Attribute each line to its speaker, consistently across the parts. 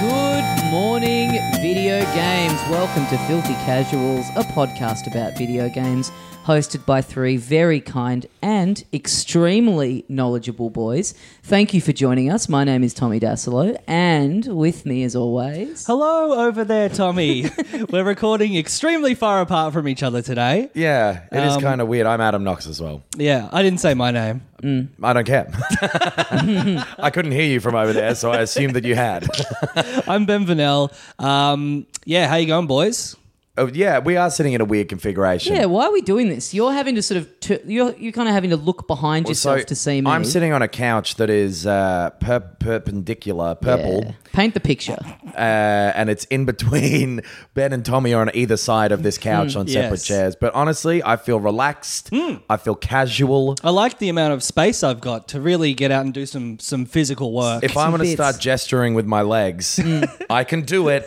Speaker 1: Good morning, video games. Welcome to Filthy Casuals, a podcast about video games hosted by three very kind and extremely knowledgeable boys. Thank you for joining us. My name is Tommy Dasilo, and with me, as always,
Speaker 2: Hello over there, Tommy. We're recording extremely far apart from each other today.
Speaker 3: Yeah, it is
Speaker 2: Um,
Speaker 3: kind of weird. I'm Adam Knox as well.
Speaker 2: Yeah, I didn't say my name.
Speaker 3: I don't care. I couldn't hear you from over there, so I assumed that you had.
Speaker 2: I'm Ben Vanel. Um, yeah, how you going, boys?
Speaker 3: oh, yeah, we are sitting in a weird configuration.
Speaker 1: Oh, yeah, why are we doing this? You're having to sort of tu- you're you're kind of having to look behind yourself to see me.
Speaker 3: I'm sitting on a couch that is uh, per- perpendicular,
Speaker 1: Yeah.
Speaker 3: purple,
Speaker 1: Paint the picture.
Speaker 3: uh, and it's in between Ben and Tommy are on either side of this couch
Speaker 1: Mm-hmm.
Speaker 3: on separate
Speaker 2: Yes.
Speaker 3: chairs. But honestly, I feel relaxed. I feel casual.
Speaker 2: I like the amount of space I've got to really get out and do some some physical work.
Speaker 3: If I'm going to
Speaker 1: bits.
Speaker 3: start gesturing with my legs, I can do it.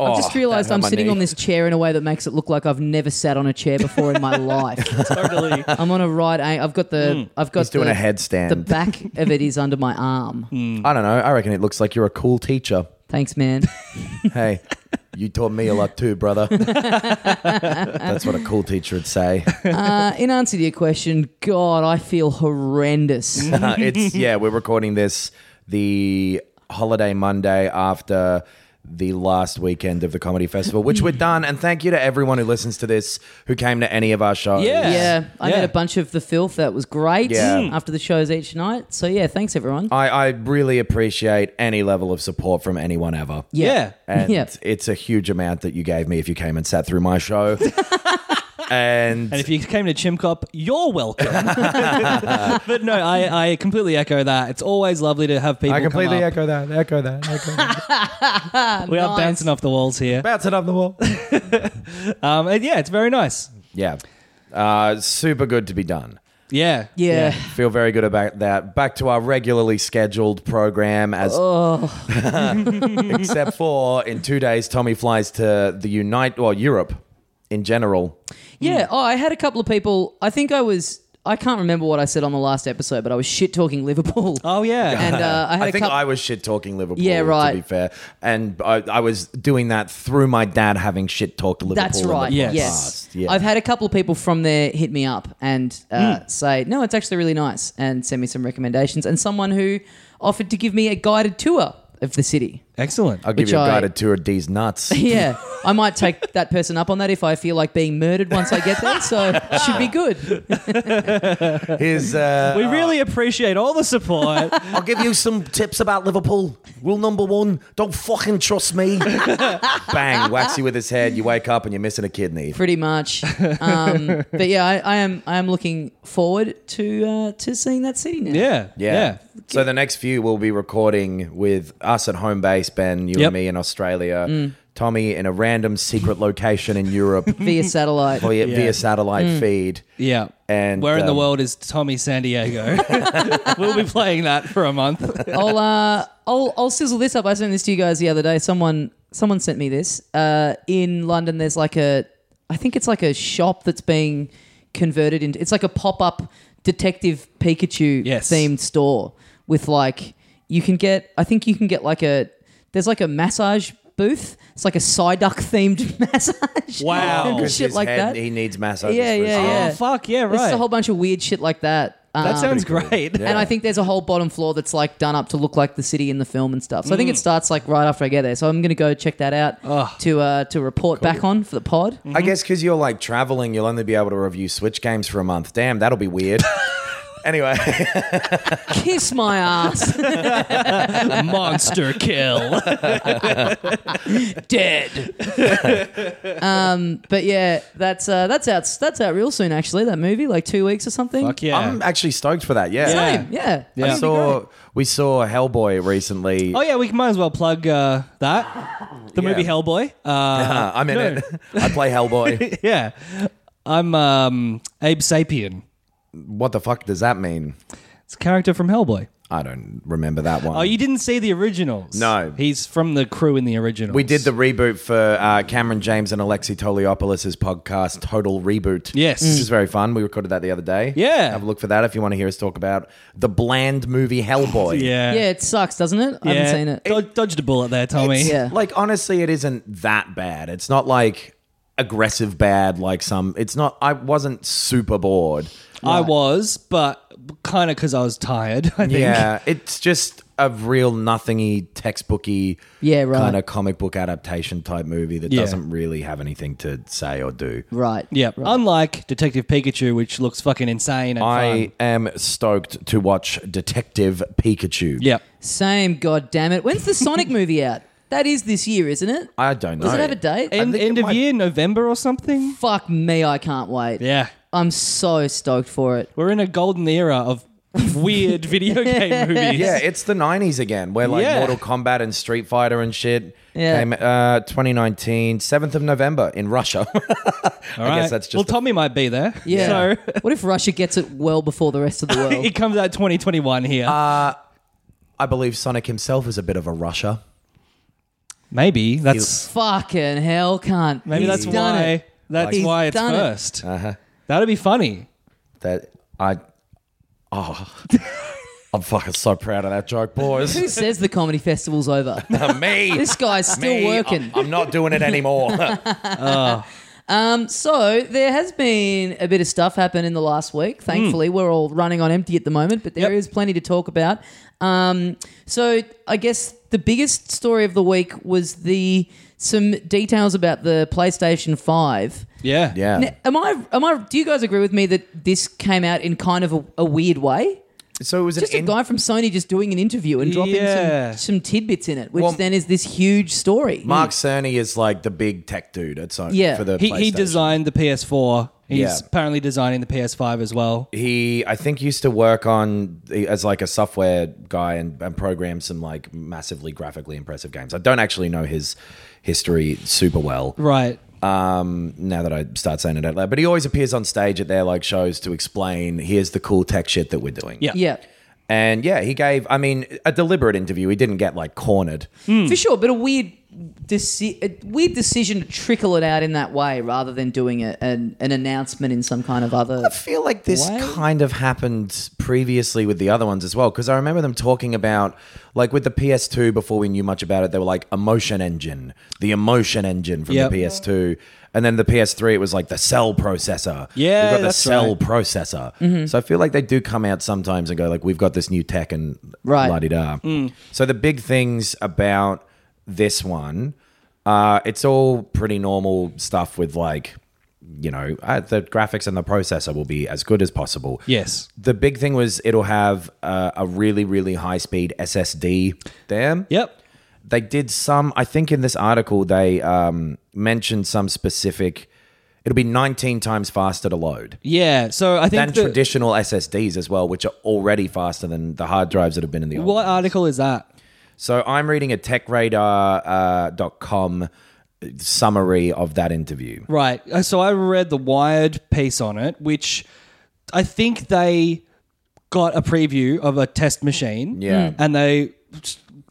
Speaker 3: Oh,
Speaker 1: I just realised I'm sitting on this chair in a way that makes it look like I've never sat on a chair before in my life.
Speaker 2: totally.
Speaker 1: I'm on a right. a- I've got the.
Speaker 2: Mm.
Speaker 1: I've got
Speaker 3: He's doing
Speaker 1: the,
Speaker 3: a headstand.
Speaker 1: The back of it is under my arm.
Speaker 2: Mm.
Speaker 3: I don't know. I reckon it looks like you're a cool teacher.
Speaker 1: Thanks, man.
Speaker 3: Hey, you taught me a lot too, brother. That's what a cool teacher would say.
Speaker 1: Uh, in answer to your question, God, I feel horrendous.
Speaker 3: it's yeah, we're recording this the holiday Monday after the last weekend of the comedy festival, which we're done. And thank you to everyone who listens to this, who came to any of our shows.
Speaker 2: Yeah.
Speaker 1: yeah, I
Speaker 2: Yeah. Mm.
Speaker 1: met a bunch of the filth. That was great.
Speaker 3: Yeah.
Speaker 1: After the shows each night. So yeah, thanks everyone.
Speaker 3: I, I really appreciate any level of support from anyone ever.
Speaker 2: yeah.
Speaker 3: And
Speaker 1: Yeah.
Speaker 3: it's a huge amount that you gave me if you came and sat through my show. and
Speaker 2: And if you came to Chimcop, you're welcome. but no, I, I completely echo that. It's always lovely to have people.
Speaker 3: I completely
Speaker 2: come up.
Speaker 3: echo that. Echo that. Echo that.
Speaker 2: We are bouncing off the walls here.
Speaker 3: Bounce it up the wall.
Speaker 2: Um, and yeah, it's very nice.
Speaker 3: Yeah. Uh, super good to be done.
Speaker 2: Yeah.
Speaker 1: Yeah.
Speaker 3: Feel very good about that. Back to our regularly scheduled program as except for in two days Tommy flies to the Unite or Europe in general.
Speaker 2: Mm.
Speaker 1: Yeah, oh, I had a couple of people. I think I was. I can't remember what I said on the last episode, but I was shit talking Liverpool.
Speaker 2: Oh yeah.
Speaker 1: and uh, I had
Speaker 3: I,
Speaker 1: a
Speaker 3: think
Speaker 1: couple.
Speaker 3: I was shit talking Liverpool.
Speaker 1: Yeah, right.
Speaker 3: To be fair, and I, I was doing that through my dad having shit talked Liverpool.
Speaker 1: That's right.
Speaker 3: in the
Speaker 2: Yes.
Speaker 1: Yes.
Speaker 3: past. Yeah. Hmm.
Speaker 1: I've had a couple of people from there hit me up and uh, say, no, it's actually really nice, and send me some recommendations. And someone who offered to give me a guided tour of the city.
Speaker 2: Excellent.
Speaker 3: I'll give
Speaker 1: which
Speaker 3: you a
Speaker 1: I-
Speaker 3: guided tour of these nuts.
Speaker 1: Yeah, I might take that person up on that if I feel like being murdered once I get there. So it should be good.
Speaker 3: His, uh,
Speaker 2: We really appreciate all the support.
Speaker 3: I'll give you some tips about Liverpool. Rule number one: don't fucking trust me. Bang, whacks you with his head. You wake up and you're missing a kidney.
Speaker 1: Pretty much. Um, but yeah, I, I am. I am looking forward to uh, to seeing that city now.
Speaker 2: yeah.
Speaker 3: Yeah. So the next few we'll be recording with us at home base, Ben, you
Speaker 2: Yep.
Speaker 3: and me in Australia,
Speaker 1: Mm.
Speaker 3: Tommy in a random secret location in Europe
Speaker 1: Via Mm. satellite.
Speaker 3: via, via satellite feed.
Speaker 2: Yeah.
Speaker 3: And,
Speaker 2: where in the
Speaker 3: um,
Speaker 2: world is Tommy San Diego? we'll be playing that for a month.
Speaker 1: I'll, uh, I'll I'll sizzle this up. I sent this to you guys the other day. Someone someone sent me this. Uh, in London, there's like a I think it's like a shop that's being converted into. It's like a pop up Detective Pikachu
Speaker 2: Yes.
Speaker 1: themed store with like you can get. I think you can get like a there's like a massage booth. It's like a Psyduck themed massage.
Speaker 2: Wow.
Speaker 1: and
Speaker 3: 'Cause
Speaker 1: shit
Speaker 3: his
Speaker 1: like
Speaker 3: head-
Speaker 1: that.
Speaker 3: He needs massages.
Speaker 1: Yeah,
Speaker 3: for his
Speaker 1: yeah,
Speaker 3: head.
Speaker 1: yeah.
Speaker 2: Oh fuck yeah!
Speaker 1: There's
Speaker 2: Right.
Speaker 1: a whole bunch of weird shit like that.
Speaker 2: that
Speaker 1: Um,
Speaker 2: sounds great.
Speaker 3: Yeah.
Speaker 1: and I think there's a whole bottom floor that's like done up to look like the city in the film and stuff. So I think
Speaker 3: Mm.
Speaker 1: it starts like right after I get there. So I'm gonna go check that out
Speaker 3: Ah.
Speaker 1: to uh, to report back on for the pod.
Speaker 3: I guess because you're like traveling, you'll only be able to review Switch games for a month. Damn, that'll be weird. Anyway,
Speaker 1: Kiss my ass.
Speaker 2: Monster kill.
Speaker 1: Dead. um, but yeah, that's uh, that's out that's out real soon. Actually, that movie, like two weeks or something.
Speaker 2: Fuck yeah.
Speaker 3: I'm actually stoked for that. Yeah.
Speaker 2: Yeah.
Speaker 1: Same, yeah.
Speaker 2: Yeah.
Speaker 3: I
Speaker 1: That'd be great.
Speaker 3: saw we saw Hellboy recently.
Speaker 2: Oh yeah, we might as well plug uh, that the
Speaker 3: Yeah.
Speaker 2: movie Hellboy. Uh,
Speaker 3: Uh, I'm in it. I play Hellboy.
Speaker 2: yeah, I'm um, Abe Sapien.
Speaker 3: what the fuck does that mean?
Speaker 2: It's a character from Hellboy.
Speaker 3: I don't remember that one.
Speaker 2: Oh, you didn't see the originals?
Speaker 3: No.
Speaker 2: he's from the crew in the originals.
Speaker 3: we did the reboot for uh, Cameron James and Alexi Toliopoulos' podcast, Total Reboot.
Speaker 2: Yes.
Speaker 3: Which is very fun. We recorded that the other day.
Speaker 2: Yeah.
Speaker 3: Have a look for that if you want to hear us talk about the bland movie Hellboy.
Speaker 2: yeah,
Speaker 1: Yeah, it sucks, doesn't it? I haven't seen it.
Speaker 2: Dod- dodged a bullet there, Tommy.
Speaker 1: It's- Yeah.
Speaker 3: Like, honestly, it isn't that bad. It's not like aggressive bad, like some. It's not. I wasn't super bored.
Speaker 2: I was, but kind of because I was tired. I think.
Speaker 3: Yeah, it's just a real nothingy, textbooky,
Speaker 1: Yeah, right.
Speaker 3: kind of comic book adaptation type movie that
Speaker 2: Yeah.
Speaker 3: doesn't really have anything to say or do.
Speaker 1: Right.
Speaker 2: Yeah, unlike Detective Pikachu, which looks fucking insane and
Speaker 3: I
Speaker 2: fun.
Speaker 3: am stoked to watch Detective Pikachu.
Speaker 2: Yeah,
Speaker 1: Same. God damn it. When's the Sonic movie out? That is this year, isn't it?
Speaker 3: I don't know.
Speaker 1: Does it have a date?
Speaker 2: end,
Speaker 3: think it
Speaker 2: end of
Speaker 3: might-
Speaker 2: year November or something.
Speaker 1: Fuck me, I can't wait.
Speaker 2: Yeah,
Speaker 1: I'm so stoked for it.
Speaker 2: we're in a golden era of weird video game movies.
Speaker 3: Yeah, it's the '90s again, where like
Speaker 2: Yeah.
Speaker 3: Mortal Kombat and Street Fighter and shit.
Speaker 1: Yeah.
Speaker 3: Came, uh, 2019, 7th of November in Russia.
Speaker 2: All
Speaker 3: I
Speaker 2: right.
Speaker 3: guess that's just
Speaker 2: well,
Speaker 3: the-
Speaker 2: Tommy might be there.
Speaker 1: Yeah.
Speaker 2: So
Speaker 1: what if Russia gets it well before the rest of the world?
Speaker 2: it comes out 2021 here.
Speaker 3: uh, I believe Sonic himself is a bit of a Russia.
Speaker 2: maybe that's
Speaker 1: Fucking hell, can't.
Speaker 2: maybe that's
Speaker 1: done
Speaker 2: why
Speaker 1: It.
Speaker 2: that's
Speaker 1: He's
Speaker 2: why it's
Speaker 1: done it.
Speaker 2: first.
Speaker 3: Uh-huh.
Speaker 2: That'd be funny.
Speaker 3: That I, oh, I'm fucking so proud of that joke, boys.
Speaker 1: Who says the comedy festival's over?
Speaker 3: me.
Speaker 1: This guy's still
Speaker 3: Me.
Speaker 1: working.
Speaker 3: I- I'm not doing it anymore.
Speaker 1: So there has been a bit of stuff happen in the last week. Thankfully, we're all running on empty at the moment, but there is
Speaker 2: Mm. Yep.
Speaker 1: plenty to talk about. Um, so I guess the biggest story of the week was the some details about the PlayStation Five.
Speaker 2: Yeah.
Speaker 3: yeah.
Speaker 1: Now, am I? Am I? Do you guys agree with me that this came out in kind of a, a weird way?
Speaker 3: So it was
Speaker 1: Just a
Speaker 3: an in-
Speaker 1: guy from Sony just doing an interview and dropping
Speaker 2: Yeah.
Speaker 1: some, some tidbits in it, which
Speaker 3: Well,
Speaker 1: then is this huge story.
Speaker 3: Mark Cerny is like the big tech dude at Sony
Speaker 1: Yeah.
Speaker 3: for the
Speaker 2: He, he
Speaker 3: PlayStation.
Speaker 2: designed the PS4. He's
Speaker 3: Yeah.
Speaker 2: apparently designing the PS5 as well.
Speaker 3: He I think used to work on as like a software guy and, and program some like massively graphically impressive games. I don't actually know his history super well.
Speaker 2: Right.
Speaker 3: um, now that I start saying it out loud. But he always appears on stage at their like shows to explain here's the cool tech shit that we're doing.
Speaker 2: Yeah.
Speaker 1: Hmm. yeah.
Speaker 3: And yeah, he gave I mean a deliberate interview. He didn't get like cornered.
Speaker 1: for sure. But a weird, deci- a weird decision to trickle it out in that way rather than doing a, an an announcement in some kind of other.
Speaker 3: I feel like this
Speaker 1: Why?
Speaker 3: kind of happened previously with the other ones as well because I remember them talking about like with the PS2 before we knew much about it they were like emotion engine the emotion engine from
Speaker 2: Yep.
Speaker 3: the PS2 and then the PS3 it was like the cell processor
Speaker 2: Yeah,
Speaker 3: we've got the
Speaker 2: that's
Speaker 3: cell
Speaker 2: right. Mm-hmm.
Speaker 3: processor so I feel like they do come out sometimes and go like we've got this new tech and
Speaker 1: Right.
Speaker 3: la di da
Speaker 2: Mm.
Speaker 3: so the big things about this one uh, it's all pretty normal stuff with like you know, uh, the graphics and the processor will be as good as possible.
Speaker 2: Yes.
Speaker 3: The big thing was it'll have uh, a really, really high speed SSD there.
Speaker 2: Yep.
Speaker 3: They did some, I think in this article, they um, mentioned some specific, it'll be 19 times faster to load
Speaker 2: Yeah. So I
Speaker 3: than
Speaker 2: think the-
Speaker 3: traditional SSDs as well, which are already faster than the hard drives that have been in the old.
Speaker 2: what article is that?
Speaker 3: So I'm reading a techradar.com summary of that interview.
Speaker 2: Right. Uh, So I read the Wired piece on it, which I think they got a preview of a test machine.
Speaker 3: Yeah. Mm.
Speaker 2: And they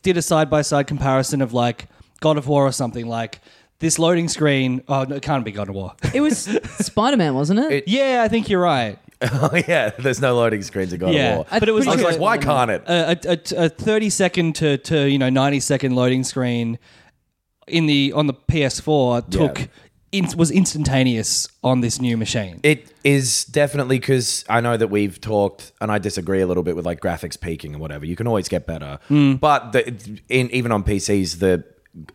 Speaker 2: did a side by side comparison of like God of War or something like this loading screen. Oh, no, it can't be God of War.
Speaker 1: It was Spider Man, wasn't it?
Speaker 2: yeah, I think you're right.
Speaker 3: oh, yeah, there's no loading screens in God
Speaker 2: Yeah.
Speaker 3: of War.
Speaker 2: But it was
Speaker 3: I was
Speaker 2: like
Speaker 3: like,
Speaker 2: a-
Speaker 3: why can't it?
Speaker 2: a, a, a, a 30 second to, to you know 90 second loading screen in the on the PS4 took
Speaker 3: Yeah.
Speaker 2: in, was instantaneous on this new machine.
Speaker 3: It is definitely because I know that we've talked, and I disagree a little bit with like graphics peaking and whatever. You can always get better,
Speaker 2: Hmm.
Speaker 3: but the, in, even on PCs, the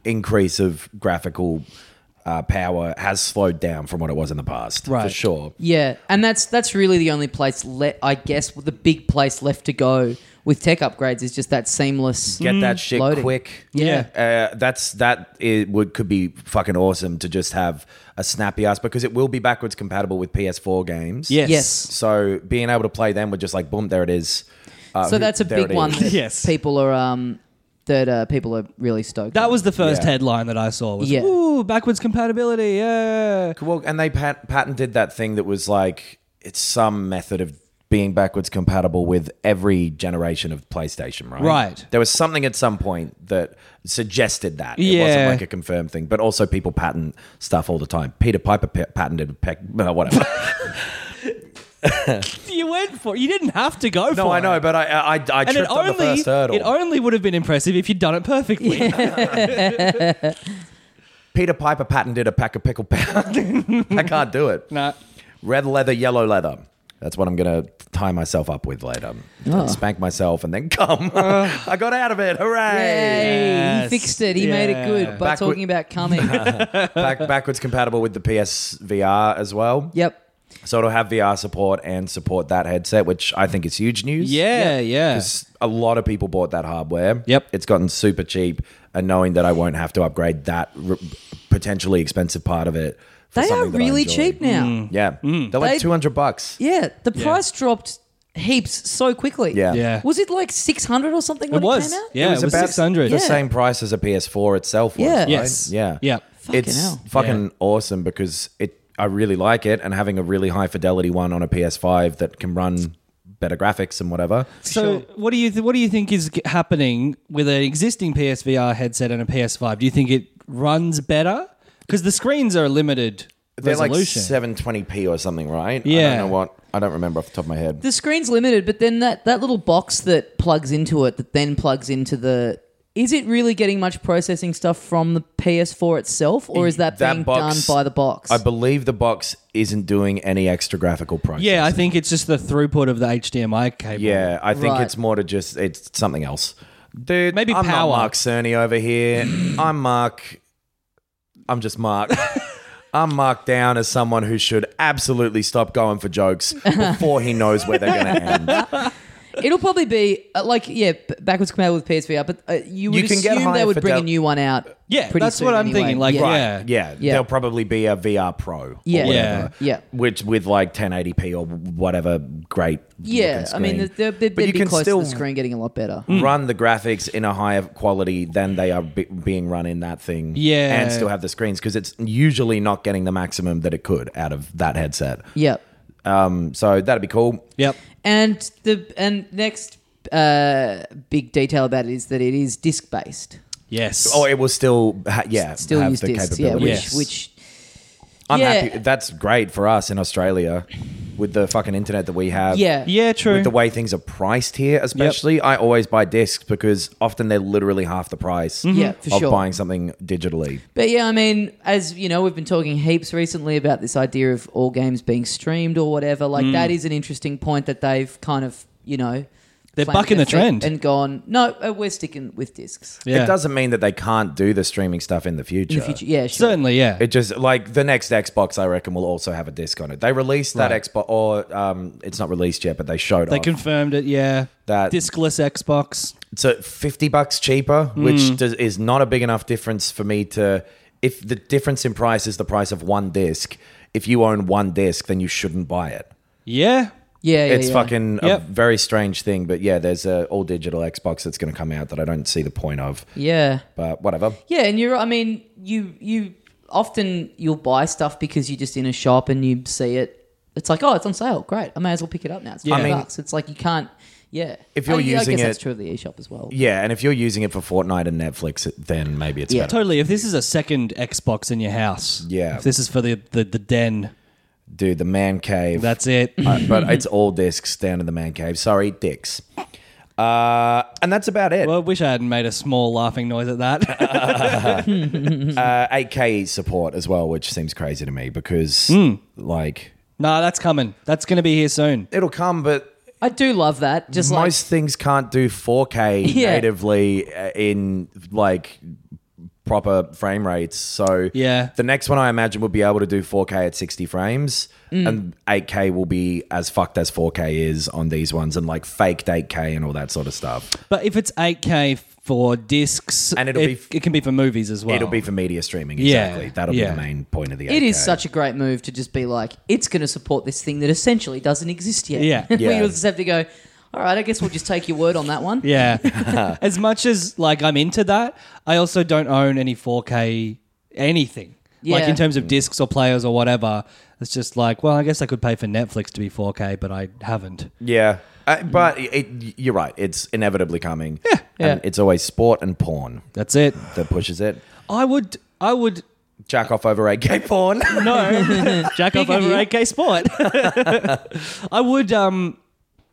Speaker 3: increase of graphical uh, power has slowed down from what it was in the past, for
Speaker 2: Right.
Speaker 3: sure.
Speaker 1: Yeah, and that's that's really the only place let I guess the big place left to go with tech upgrades is just that seamless.
Speaker 3: Get that shit
Speaker 1: Mm, Loading.
Speaker 3: quick.
Speaker 1: Yeah.
Speaker 3: Uh, that's that it would could be fucking awesome to just have a snappy ass because it will be backwards compatible with PS4 games.
Speaker 2: Yes.
Speaker 1: Yes.
Speaker 3: So being able to play them with just like boom, there it is. Uh,
Speaker 1: So
Speaker 3: who-
Speaker 1: that's a
Speaker 3: there
Speaker 1: big
Speaker 3: it
Speaker 1: one
Speaker 3: is.
Speaker 1: that
Speaker 2: Yes.
Speaker 1: people are um that uh, people are really stoked.
Speaker 2: That was the first
Speaker 3: Yeah.
Speaker 2: headline that I saw. Was
Speaker 1: Yeah.
Speaker 2: ooh backwards compatibility. Yeah.
Speaker 3: Well, and they pat- patented that thing that was like it's some method of being backwards compatible with every generation of PlayStation, right?
Speaker 2: Right.
Speaker 3: There was something at some point that suggested that. It wasn't
Speaker 2: Yeah.
Speaker 3: like a confirmed thing, but also people patent stuff all the time. Peter Piper pa- patented pe- uh, whatever.
Speaker 2: You went for. it. You didn't have to go for.
Speaker 3: no, I know,
Speaker 2: it.
Speaker 3: but I I, I, I
Speaker 2: And
Speaker 3: tripped
Speaker 2: it
Speaker 3: on the
Speaker 2: only
Speaker 3: first hurdle.
Speaker 2: it only would have been impressive if you'd done it perfectly.
Speaker 3: Peter Piper patented a pack of pickle pound. I can't do it.
Speaker 2: Nah.
Speaker 3: Red leather, yellow leather. That's what I'm gonna tie myself up with later.
Speaker 1: Ah.
Speaker 3: Spank myself and then come. I got out of it. Hooray!
Speaker 1: Yay,
Speaker 2: Yes.
Speaker 1: he fixed it. He made it good by
Speaker 3: Backwa-
Speaker 1: talking about coming.
Speaker 3: Back, backwards compatible with the PSVR as well.
Speaker 1: yep.
Speaker 3: So it'll have VR support and support that headset, which I think is huge news.
Speaker 2: Yeah, yeah.
Speaker 3: Because a lot of people bought that hardware.
Speaker 2: Yep.
Speaker 3: It's gotten super cheap, and knowing that I won't have to upgrade that r- potentially expensive part of it. for
Speaker 1: They are
Speaker 3: something that I Mm.
Speaker 1: really
Speaker 3: enjoy.
Speaker 1: cheap now. Mm.
Speaker 3: Yeah. They're like
Speaker 1: They-
Speaker 3: 200 bucks.
Speaker 1: Yeah, the price dropped heaps so quickly.
Speaker 3: Yeah.
Speaker 2: Yeah.
Speaker 1: Was it like 600 or something when
Speaker 2: It
Speaker 1: it,
Speaker 2: was.
Speaker 1: came out?
Speaker 2: Yeah, it was,
Speaker 3: about
Speaker 2: 600.
Speaker 3: The
Speaker 1: Yeah.
Speaker 3: same price as a PS4 itself was,
Speaker 1: Yeah.
Speaker 3: right?
Speaker 2: Yes.
Speaker 3: Yeah.
Speaker 2: Yeah.
Speaker 1: Fucking
Speaker 3: it's
Speaker 1: hell.
Speaker 3: fucking awesome because it I really like it and having a really high fidelity one on a PS5 that can run better graphics and whatever.
Speaker 2: So, what do you th- what do you think is g- happening with an existing PSVR headset and a PS5? Do you think it runs better? Because the screens are limited
Speaker 3: They're
Speaker 2: resolution.
Speaker 3: like 720p or something, right? I
Speaker 2: Yeah.
Speaker 3: don't know what. I don't remember off the top of my head.
Speaker 1: The screen's limited, but then that, that little box that plugs into it, that then plugs into the. Is it really getting much processing stuff from the PS4 itself, or is that,
Speaker 3: That
Speaker 1: being
Speaker 3: box-
Speaker 1: done by the box?
Speaker 3: I believe the box isn't doing any extra graphical processing.
Speaker 2: yeah, I think it's just the throughput of the HDMI cable.
Speaker 3: Yeah, I think
Speaker 1: Right.
Speaker 3: it's more to just it's something else. Dude,
Speaker 2: Maybe
Speaker 3: I'm not
Speaker 2: power.
Speaker 3: Mark Cerny over here. I'm Mark. I'm just Mark. I'm marked down as someone who should absolutely stop going for jokes before he knows where they're going to end.
Speaker 1: It'll probably be uh, like yeah, b- backwards compatible with PSVR, but uh, you would
Speaker 3: You can get
Speaker 1: assume
Speaker 3: higher
Speaker 1: they would bring a
Speaker 3: fidel-
Speaker 1: new one out.
Speaker 2: Yeah,
Speaker 1: pretty
Speaker 2: that's
Speaker 1: soon
Speaker 2: what I'm
Speaker 1: anyway.
Speaker 2: thinking, like,
Speaker 1: yeah,
Speaker 2: right.
Speaker 3: Yeah, yeah,
Speaker 1: Yeah.
Speaker 3: There'll probably be a VR Pro. or
Speaker 1: yeah,
Speaker 3: whatever,
Speaker 1: yeah. yeah.
Speaker 3: Which with like 1080p or whatever great.
Speaker 1: Yeah,
Speaker 3: looking
Speaker 1: I mean,
Speaker 3: screen.
Speaker 1: they'd, they'd,
Speaker 3: But
Speaker 1: they'd
Speaker 3: you
Speaker 1: be
Speaker 3: can
Speaker 1: close
Speaker 3: still
Speaker 1: to the screen getting a lot better.
Speaker 3: run the graphics in a higher quality than they are be- being run in that thing.
Speaker 2: Yeah.
Speaker 3: And still have the screens because it's usually not getting the maximum that it could out of that headset.
Speaker 1: Yep.
Speaker 3: Um, so that'd be cool.
Speaker 2: Yep.
Speaker 1: And the and next uh, big detail about it is that it is disc based.
Speaker 2: Yes.
Speaker 3: Oh, it will still, ha- yeah,
Speaker 1: Still
Speaker 3: have
Speaker 1: use
Speaker 3: the
Speaker 1: discs, yeah.
Speaker 3: capability.
Speaker 1: Which
Speaker 2: Yes.
Speaker 1: which
Speaker 3: I'm
Speaker 1: yeah.
Speaker 3: happy. That's great for us in Australia with the fucking internet that we have.
Speaker 1: yeah
Speaker 2: yeah, true.
Speaker 3: With the way things are priced here, especially, I always buy discs because often they're literally half the price
Speaker 1: Mm-hmm. Yeah, for
Speaker 3: of
Speaker 1: sure.
Speaker 3: buying something digitally.
Speaker 1: But yeah, I mean, as you know, we've been talking heaps recently about this idea of all games being streamed or whatever. Like
Speaker 2: Mm.
Speaker 1: that is an interesting point that they've kind of you know
Speaker 2: They're
Speaker 1: planted
Speaker 2: bucking the
Speaker 1: their feet
Speaker 2: trend.
Speaker 1: and gone. No, uh, we're sticking with discs
Speaker 2: yeah.
Speaker 3: It doesn't mean that they can't do the streaming stuff in the future.
Speaker 1: in the future. Yeah, sure.
Speaker 2: certainly. Yeah.
Speaker 3: It just like the next Xbox, I reckon, will also have a disc on it. They released that Xbox, or um, it's not released yet, but they showed
Speaker 2: they
Speaker 3: off.
Speaker 2: confirmed it. Yeah.
Speaker 3: That-
Speaker 2: discless Xbox.
Speaker 3: so fifty bucks cheaper,
Speaker 1: Hmm.
Speaker 3: which does, is not a big enough difference for me to. If the difference in price is the price of one disc, if you own one disc, then you shouldn't buy it.
Speaker 2: Yeah.
Speaker 1: yeah, yeah,
Speaker 3: it's
Speaker 1: yeah.
Speaker 3: fucking
Speaker 2: Yep.
Speaker 3: a very strange thing, but yeah, there's a all digital Xbox that's going to come out that I don't see the point of.
Speaker 1: yeah.
Speaker 3: But whatever.
Speaker 1: Yeah, and you're. I mean, you you often you'll buy stuff because you're just in a shop and you see it. It's like, oh, it's on sale. Great, I may as well pick it up now. It's
Speaker 2: Yeah.
Speaker 1: five
Speaker 3: I mean-
Speaker 1: bucks. It's like you can't. Yeah,
Speaker 3: If you're
Speaker 1: I, I
Speaker 3: using
Speaker 1: guess that's
Speaker 3: it-
Speaker 1: true of the eShop as well.
Speaker 3: Yeah, and if you're using it for Fortnite and Netflix, then maybe it's
Speaker 1: Yeah.
Speaker 3: better.
Speaker 2: Totally. If this is a second Xbox in your house.
Speaker 3: Yeah.
Speaker 2: If this is for the the, the den.
Speaker 3: Dude, the man cave.
Speaker 2: That's it.
Speaker 3: Uh, but it's all discs down in the man cave. Sorry, dicks. Uh, and that's about it.
Speaker 2: well, I wish I hadn't made a small laughing noise at that.
Speaker 3: Uh, 8K support as well, which seems crazy to me because
Speaker 2: Hmm.
Speaker 3: like
Speaker 2: nah, that's coming. That's going to be here soon.
Speaker 3: it'll come, but
Speaker 1: I do love that. Just like
Speaker 3: most things can't do 4K
Speaker 1: Yeah.
Speaker 3: natively uh, in like proper frame rates. So
Speaker 2: Yeah.
Speaker 3: the next one I imagine will be able to do 4K at 60 frames, and 8K will be as fucked as 4K is on these ones, and like faked 8K and all that sort of stuff.
Speaker 2: But if it's 8K for discs,
Speaker 3: And it'll
Speaker 2: it,
Speaker 3: be f-
Speaker 2: it can be for movies as well.
Speaker 3: It'll be for media streaming.
Speaker 2: Yeah,
Speaker 3: Exactly. That'll
Speaker 2: yeah.
Speaker 3: be the main point of the. 8K.
Speaker 1: It is such a great move to just be like, it's going to support this thing that essentially doesn't exist yet.
Speaker 2: Yeah.
Speaker 3: Yeah.
Speaker 1: we just have to go. All right, I guess we'll just take your word on that one.
Speaker 2: Yeah. as much as like I'm into that, I also don't own any 4K anything. Like
Speaker 1: Yeah.
Speaker 2: in terms
Speaker 3: Mm.
Speaker 2: of discs or players or whatever, it's just like, well, I guess I could pay for Netflix to be 4K, but I haven't.
Speaker 3: Yeah. Uh, but it, it- you're right. It's inevitably coming. Yeah, And it's always sport and porn
Speaker 2: That's it.
Speaker 3: that pushes it.
Speaker 2: I would I would
Speaker 3: Jack off over 8K porn.
Speaker 2: no jack off
Speaker 1: Big of
Speaker 2: over
Speaker 1: you.
Speaker 2: 8K sport. I would um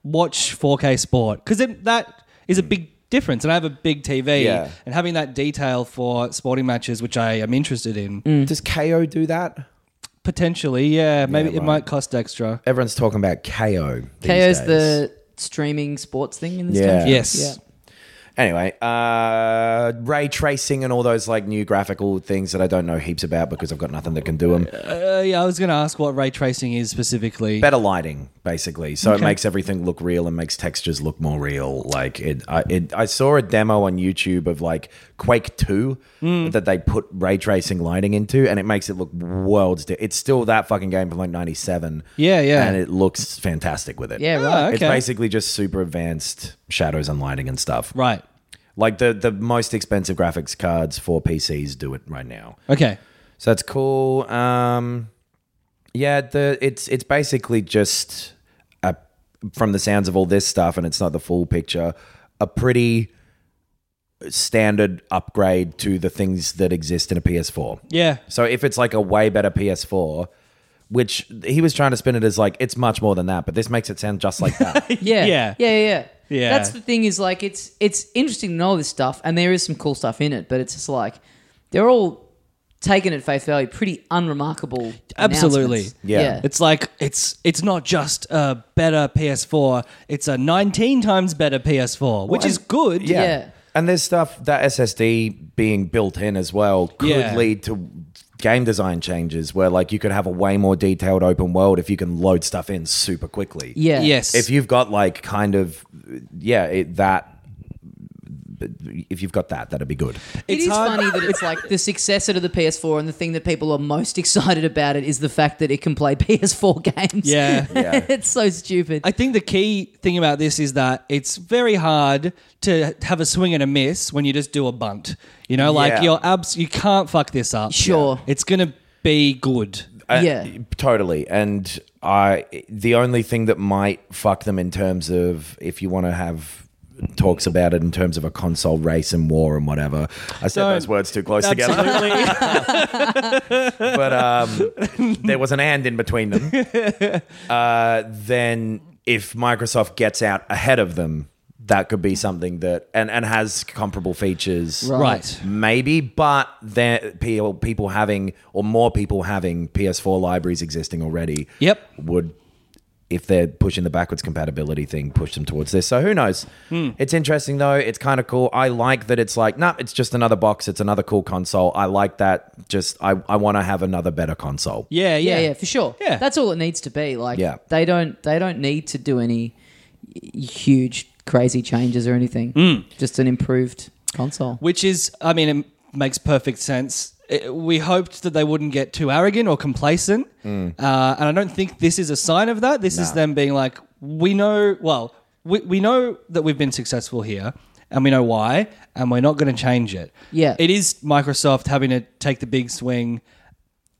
Speaker 2: watch 4K sport because that is a big difference and I have a big TV
Speaker 3: Yeah.
Speaker 2: and having that detail for sporting matches which I am interested in
Speaker 3: Does KO do that?
Speaker 2: potentially yeah maybe
Speaker 3: right.
Speaker 2: it might cost extra
Speaker 3: Everyone's talking about KO. these
Speaker 1: KO's
Speaker 3: days.
Speaker 1: the streaming sports thing in this
Speaker 3: Yeah.
Speaker 1: country.
Speaker 2: Yes.
Speaker 1: Yeah.
Speaker 3: Anyway, uh, ray tracing and all those like new graphical things that I don't know heaps about because I've got nothing that can do them.
Speaker 2: Uh, yeah, I was going to ask what ray tracing is specifically.
Speaker 3: Better lighting, basically, so it makes everything look real and makes textures look more real. Like it, I, it, I saw a demo on YouTube of like Quake Two
Speaker 2: Hmm.
Speaker 3: that they put ray tracing lighting into, and it makes it look worlds. Di- it's still that fucking game from like '97.
Speaker 2: Yeah, yeah.
Speaker 3: and it looks fantastic with it.
Speaker 1: Yeah, right.
Speaker 2: Oh,
Speaker 3: It's
Speaker 2: okay.
Speaker 3: basically just super advanced shadows and lighting and stuff.
Speaker 2: right.
Speaker 3: Like the the most expensive graphics cards for PCs do it right now.
Speaker 2: Okay.
Speaker 3: So that's cool. Um yeah, the it's it's basically just a, from the sounds of all this stuff and it's not the full picture, a pretty standard upgrade to the things that exist in a PS4.
Speaker 2: Yeah.
Speaker 3: So if it's like a way better PS4, which he was trying to spin it as like it's much more than that, but this makes it sound just like that.
Speaker 1: Yeah.
Speaker 2: Yeah.
Speaker 1: Yeah. Yeah. yeah.
Speaker 2: Yeah.
Speaker 1: That's the thing is like it's it's interesting to know all this stuff and there is some cool stuff in it, but it's just like they're all taken at face value, pretty unremarkable.
Speaker 2: Absolutely.
Speaker 1: announcements.
Speaker 3: Yeah.
Speaker 2: It's like it's it's not just a better PS4. It's a 19 times better PS4, which is good.
Speaker 3: Yeah.
Speaker 1: Yeah.
Speaker 3: And there's stuff that SSD being built in as well could
Speaker 2: Yeah.
Speaker 3: lead to game design changes where like you could have a way more detailed open world if you can load stuff in super quickly.
Speaker 1: Yeah.
Speaker 2: Yes.
Speaker 3: If you've got like kind of yeah, it, that if you've got that that'd be good.
Speaker 1: It
Speaker 2: It's
Speaker 1: is
Speaker 2: hard-
Speaker 1: funny that it's like the successor to the PS4, and the thing that people are most excited about it is the fact that it can play PS4 games.
Speaker 2: Yeah.
Speaker 3: Yeah.
Speaker 1: it's so stupid.
Speaker 2: I think the key thing about this is that it's very hard to have a swing and a miss when you just do a bunt. You know, like
Speaker 3: Yeah.
Speaker 2: your abs, you can't fuck this up.
Speaker 1: Sure.
Speaker 2: It's gonna be good.
Speaker 3: Uh,
Speaker 1: Yeah.
Speaker 3: totally. And I, the only thing that might fuck them in terms of if you want to have talks about it in terms of a console race and war and whatever. I said
Speaker 2: Don't.
Speaker 3: those words too close together,
Speaker 2: Absolutely.
Speaker 3: but um, there was an and in between them. Uh, then if Microsoft gets out ahead of them, that could be something that and and has comparable features,
Speaker 2: right.
Speaker 3: Maybe, but there people people having or more people having PS4 libraries existing already.
Speaker 2: Yep.
Speaker 3: Would if they're pushing the backwards compatibility thing, push them towards this. So who knows?
Speaker 2: Hmm.
Speaker 3: It's interesting though. It's kind of cool. I like that it's like, nah, it's just another box. It's another cool console. I like that. Just I, I want to have another better console.
Speaker 2: Yeah.
Speaker 1: yeah,
Speaker 2: Yeah.
Speaker 1: yeah, for sure.
Speaker 2: Yeah.
Speaker 1: that's all it needs to be. Like,
Speaker 3: Yeah.
Speaker 1: they don't they don't need to do any huge crazy changes or anything.
Speaker 2: Mm.
Speaker 1: Just an improved console.
Speaker 2: which is i mean it makes perfect sense It- we hoped that they wouldn't get too arrogant or complacent uh, and i don't think this is a sign of that this is them being like we know well we, we know that we've been successful here and we know why and we're not going to change it
Speaker 1: Yeah.
Speaker 2: it is microsoft having to take the big swing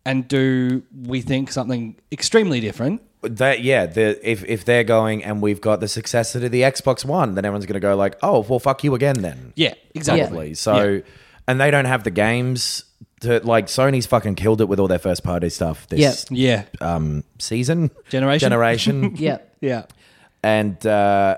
Speaker 2: and do we think something extremely different
Speaker 3: That yeah. The, if if they're going and we've got the successor to the Xbox One, then everyone's gonna go like, oh well, fuck you again then.
Speaker 2: yeah exactly
Speaker 3: probably. So,
Speaker 2: Yeah.
Speaker 3: and they don't have the games to like. Sony's fucking killed it with all their first party stuff this
Speaker 2: yeah
Speaker 3: um, season,
Speaker 2: Generation?
Speaker 3: generation,
Speaker 1: Yeah,
Speaker 2: yeah
Speaker 3: and uh,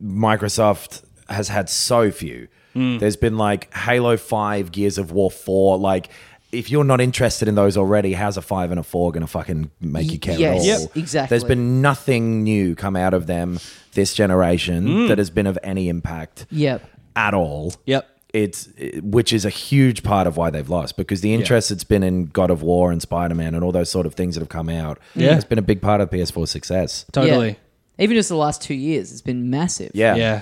Speaker 3: Microsoft has had so few.
Speaker 2: Hmm.
Speaker 3: There's been like Halo Five, Gears of War Four, like. If you're not interested in those already, how's a five and a four gonna fucking make you care
Speaker 1: Yes,
Speaker 3: at all?
Speaker 1: Yep. exactly.
Speaker 3: There's been nothing new come out
Speaker 2: Hmm.
Speaker 3: of them this generation that has been of any impact
Speaker 1: yeah,
Speaker 3: at all
Speaker 2: yep
Speaker 3: it's it- which is a huge part of why they've lost because the interest that's been in God of War and Spider Man and all those sort of things that have come out
Speaker 2: Yeah.
Speaker 3: has been a big part of PS4 success.
Speaker 2: Totally.
Speaker 1: Yeah. Even just the last two years, it's been massive.
Speaker 3: Yeah.
Speaker 2: yeah.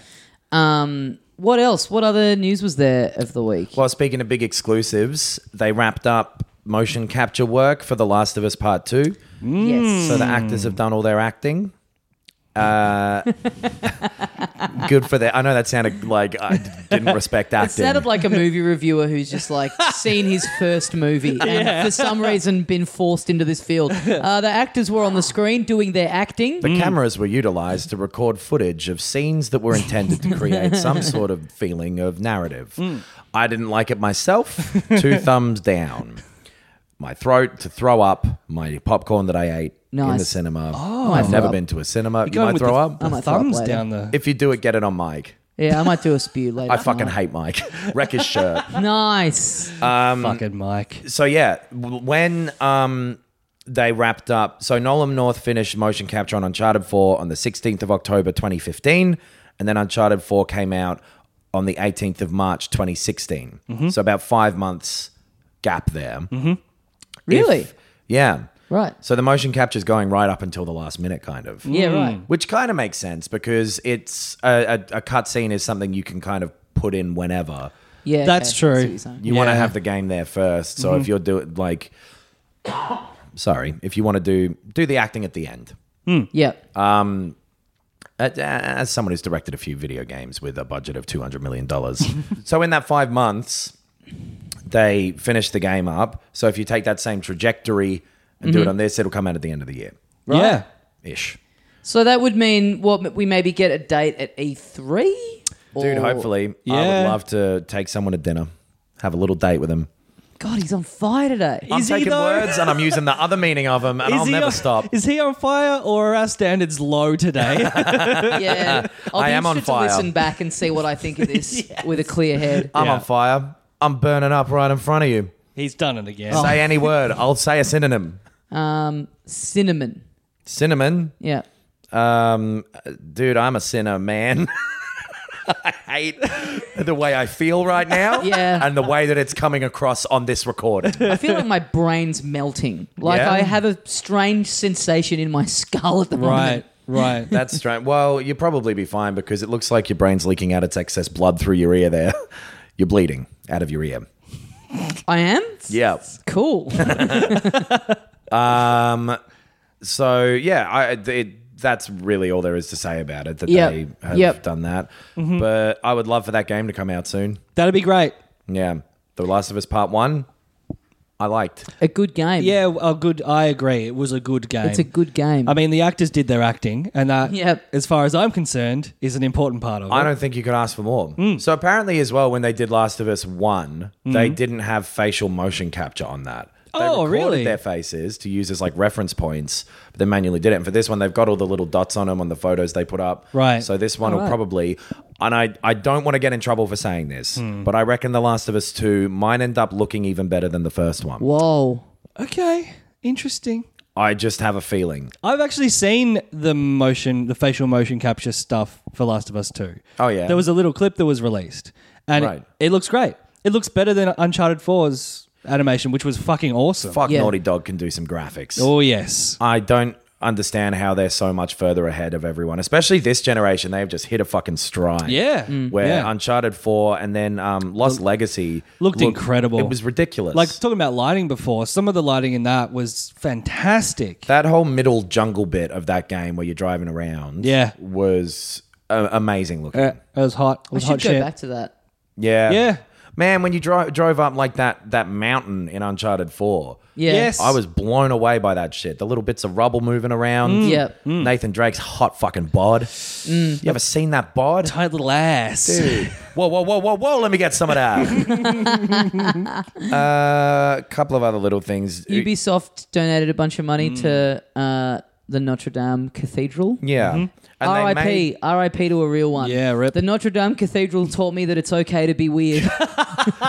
Speaker 1: Um, what else? What other news was there of the week?
Speaker 3: Well, speaking of big exclusives, they wrapped up motion capture work for The Last of Us Part Two.
Speaker 2: Mm.
Speaker 1: Yes.
Speaker 3: So the actors have done all their acting. Uh, good for that. I know that sounded like I d- didn't respect acting.
Speaker 1: It sounded like a movie reviewer who's just like seen his first movie and for some reason been forced into this field. Uh, the actors were on the screen doing their acting.
Speaker 3: the cameras were utilized to record footage of scenes that were intended to create some sort of feeling of narrative. I didn't like it myself. Two thumbs down. My throat to throw up my popcorn that I ate in the
Speaker 1: Nice.
Speaker 3: cinema.
Speaker 1: I
Speaker 3: I've
Speaker 1: throw
Speaker 3: never
Speaker 1: up.
Speaker 3: been to a cinema. You
Speaker 2: Going
Speaker 3: might
Speaker 2: with
Speaker 3: throw
Speaker 2: the,
Speaker 3: up.
Speaker 2: the
Speaker 1: I might throw up
Speaker 2: thumbs
Speaker 1: later.
Speaker 2: down the.
Speaker 3: if you do it, get it on mic.
Speaker 1: Yeah, I might do a spew later.
Speaker 3: I fucking hate Mike. Wreck his shirt.
Speaker 1: Nice.
Speaker 2: fucking mic.
Speaker 3: so yeah, w- when um they wrapped up, so Nolan North finished motion capture on Uncharted 4 on the 16th of October 2015, and then Uncharted 4 came out on the 18th of March 2016. So about five months gap there.
Speaker 1: really?
Speaker 3: If- yeah.
Speaker 1: right.
Speaker 3: So the motion capture is going right up until the last minute, kind of.
Speaker 1: Yeah, right.
Speaker 3: Which kind of makes sense because it's a, a, a cutscene is something you can kind of put in whenever.
Speaker 1: Yeah.
Speaker 2: That's
Speaker 1: okay.
Speaker 2: true.
Speaker 1: I see what you're saying.
Speaker 3: You want to
Speaker 2: Yeah. Mm-hmm.
Speaker 3: have the game there first. So if you're doing like, sorry, if you want to do do the acting at the end.
Speaker 1: Yeah.
Speaker 3: Uh, As someone who's directed a few video games with a budget of two hundred million dollars, so in that five months, they finished the game up. So if you take that same trajectory
Speaker 2: Mm-hmm.
Speaker 3: and do it on this, it'll come out at the end of the year,
Speaker 2: Yeah.
Speaker 3: ish.
Speaker 1: so that would mean what we maybe get a date at E3?
Speaker 3: Dude,
Speaker 1: Or-
Speaker 3: hopefully, I would
Speaker 2: Yeah.
Speaker 3: love to take someone to dinner, have a little date with them.
Speaker 1: God, he's on fire today.
Speaker 3: I'm
Speaker 2: Is he
Speaker 3: taking
Speaker 2: though?
Speaker 3: words and I'm using the other meaning of them, and I'll
Speaker 2: he
Speaker 3: never
Speaker 2: on,
Speaker 3: stop.
Speaker 2: Is he on fire or are our standards low today?
Speaker 1: yeah. I'll be
Speaker 3: I am on
Speaker 1: interested
Speaker 3: fire.
Speaker 1: to listen back and see what I think of this with a clear head.
Speaker 3: I'm
Speaker 2: Yeah.
Speaker 3: on fire. I'm burning up right in front of you.
Speaker 2: He's done it again.
Speaker 1: Oh.
Speaker 3: Say any word. I'll say a synonym.
Speaker 1: Um, Cinnamon.
Speaker 3: Cinnamon.
Speaker 1: Yeah.
Speaker 3: Um, dude, I'm a sinner, man. I hate the way I feel right now.
Speaker 1: Yeah.
Speaker 3: And the way that it's coming across on this recording.
Speaker 1: I feel like my brain's melting. Like
Speaker 3: Yeah?
Speaker 1: I have a strange sensation in my skull at the
Speaker 2: Right,
Speaker 1: moment.
Speaker 2: right.
Speaker 3: That's strange. Well, you'll probably be fine because it looks like your brain's leaking out its excess blood through your ear there. You're bleeding out of your ear.
Speaker 1: I am?
Speaker 3: Yeah.
Speaker 1: Cool.
Speaker 3: So yeah, I it, that's really all there is to say about it that
Speaker 1: Yep.
Speaker 3: they have
Speaker 1: Yep. Mm-hmm.
Speaker 3: done that. But I would love for that game to come out soon.
Speaker 2: That'd be great.
Speaker 3: Yeah, The Last of Us Part One, I liked.
Speaker 1: a good game.
Speaker 2: Yeah, a good. I agree. It was a good game.
Speaker 1: It's a good game.
Speaker 2: I mean, the actors did their acting, and that,
Speaker 1: Yep.
Speaker 2: as far as I'm concerned, is an important part of it.
Speaker 3: I don't think you could ask for more.
Speaker 2: Mm.
Speaker 3: So apparently, as well, when they did Last of Us One, they didn't have facial motion capture on that. They
Speaker 2: Oh,
Speaker 3: recorded
Speaker 2: really?
Speaker 3: Their faces to use as like reference points, but they manually did it. And for this one, they've got all the little dots on them on the photos they put up.
Speaker 2: Right.
Speaker 3: So this one will probably, and I, I don't want to get in trouble for saying this,
Speaker 2: Hmm.
Speaker 3: but I reckon The Last of Us Two might end up looking even better than the first one.
Speaker 1: Whoa.
Speaker 2: Okay, interesting.
Speaker 3: I just have a feeling.
Speaker 2: I've actually seen the motion, the facial motion capture stuff for Last of Us 2.
Speaker 3: Oh, yeah.
Speaker 2: There was a little clip that was released, and
Speaker 3: Right.
Speaker 2: it, it looks great. It looks better than Uncharted 4's animation, which was fucking awesome.
Speaker 3: Fuck,
Speaker 1: Yeah.
Speaker 3: Naughty Dog can do some graphics.
Speaker 2: Oh yes.
Speaker 3: I don't understand how they're so much further ahead of everyone, especially this generation. They've just hit a fucking stride.
Speaker 2: Yeah.
Speaker 1: Mm.
Speaker 3: Where
Speaker 2: Yeah.
Speaker 3: Uncharted 4 and then um, Lost Legacy
Speaker 2: looked incredible.
Speaker 3: It was ridiculous.
Speaker 2: Like talking about lighting before, some of the lighting in that was fantastic.
Speaker 3: that whole middle jungle bit of that game where you're driving around
Speaker 2: Yeah.
Speaker 3: was uh, amazing looking.
Speaker 2: Uh, it was hot. It
Speaker 1: I
Speaker 2: was
Speaker 1: should
Speaker 2: hot
Speaker 1: go
Speaker 2: shit.
Speaker 1: back to that.
Speaker 3: yeah.
Speaker 2: Yeah.
Speaker 3: Man, when you dro- drove up like that that mountain in Uncharted 4.
Speaker 1: Yeah.
Speaker 2: Yes.
Speaker 3: I was blown away by that shit. The little bits of rubble moving around.
Speaker 1: Yep.
Speaker 3: Nathan Drake's hot fucking bod. You ever seen that bod?
Speaker 2: tight little ass.
Speaker 3: whoa, whoa, whoa, whoa, whoa! Let me get some of that. uh, a couple of other little things.
Speaker 1: Ubisoft donated a bunch of money to uh, the Notre Dame Cathedral.
Speaker 3: yeah.
Speaker 2: Mm-hmm.
Speaker 3: And they
Speaker 1: RIP,
Speaker 3: made-
Speaker 1: RIP to a real one.
Speaker 2: Yeah, rip.
Speaker 1: The Notre Dame Cathedral taught me that it's okay to be weird.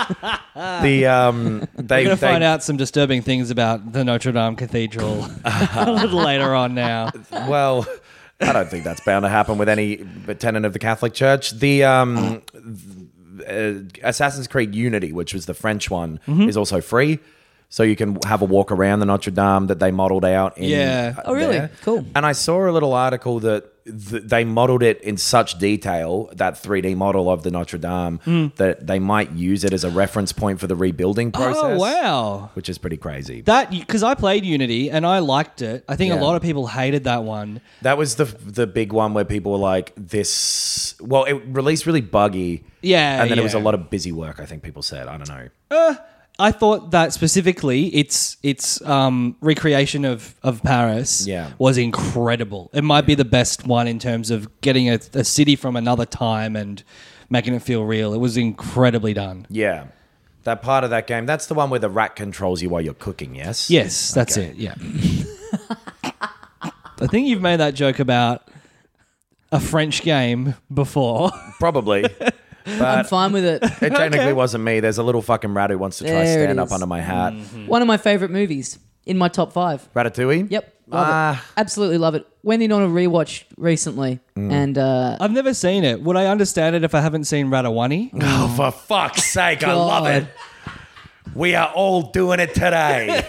Speaker 3: the um, they
Speaker 2: Uh. We're gonna
Speaker 3: they-
Speaker 2: find out some disturbing things about the Notre Dame Cathedral a little later on. Now,
Speaker 3: Well, I don't think that's bound to happen with any tenant of the Catholic Church. The um, uh, Assassin's Creed Unity, which was the French one, is also free. So you can have a walk around the Notre Dame that they modeled out. In,
Speaker 2: Yeah.
Speaker 3: uh,
Speaker 1: Oh, really?
Speaker 3: there.
Speaker 1: Cool.
Speaker 3: And I saw a little article that th- they modeled it in such detail that 3D model of the Notre Dame that they might use it as a reference point for the rebuilding process.
Speaker 2: Oh wow.
Speaker 3: Which is pretty crazy.
Speaker 2: That because I played Unity and I liked it. I think
Speaker 3: Yeah.
Speaker 2: a lot of people hated that one.
Speaker 3: That was the the big one where people were like, "This." Well, it released really buggy.
Speaker 2: Yeah,
Speaker 3: and then it was a
Speaker 2: yeah.
Speaker 3: lot of busy work. I think people said. I don't know.
Speaker 2: I thought that specifically its its um, recreation of, of Paris
Speaker 3: Yeah.
Speaker 2: was incredible. It might be the best one in terms of getting a, a city from another time and making it feel real. It was incredibly done.
Speaker 3: Yeah, that part of that game. That's the one where the rat controls you while you're cooking. Yes.
Speaker 2: Yes, that's it. Yeah. I think you've made that joke about a French game before.
Speaker 3: Probably. But
Speaker 1: I'm fine with it.
Speaker 3: it technically wasn't me. There's a little fucking rat who wants to try
Speaker 1: There it
Speaker 3: stand up
Speaker 1: is.
Speaker 3: under my hat.
Speaker 1: One of my favorite movies in my top five.
Speaker 3: Ratatouille.
Speaker 1: Yep. Love
Speaker 3: Ah.
Speaker 1: it. Absolutely love it. Went in on a rewatch recently and uh,
Speaker 2: I've never seen it. Would I understand it if I haven't seen Ratawani?
Speaker 3: Oh, for fuck's sake! I love it. We are all doing it today.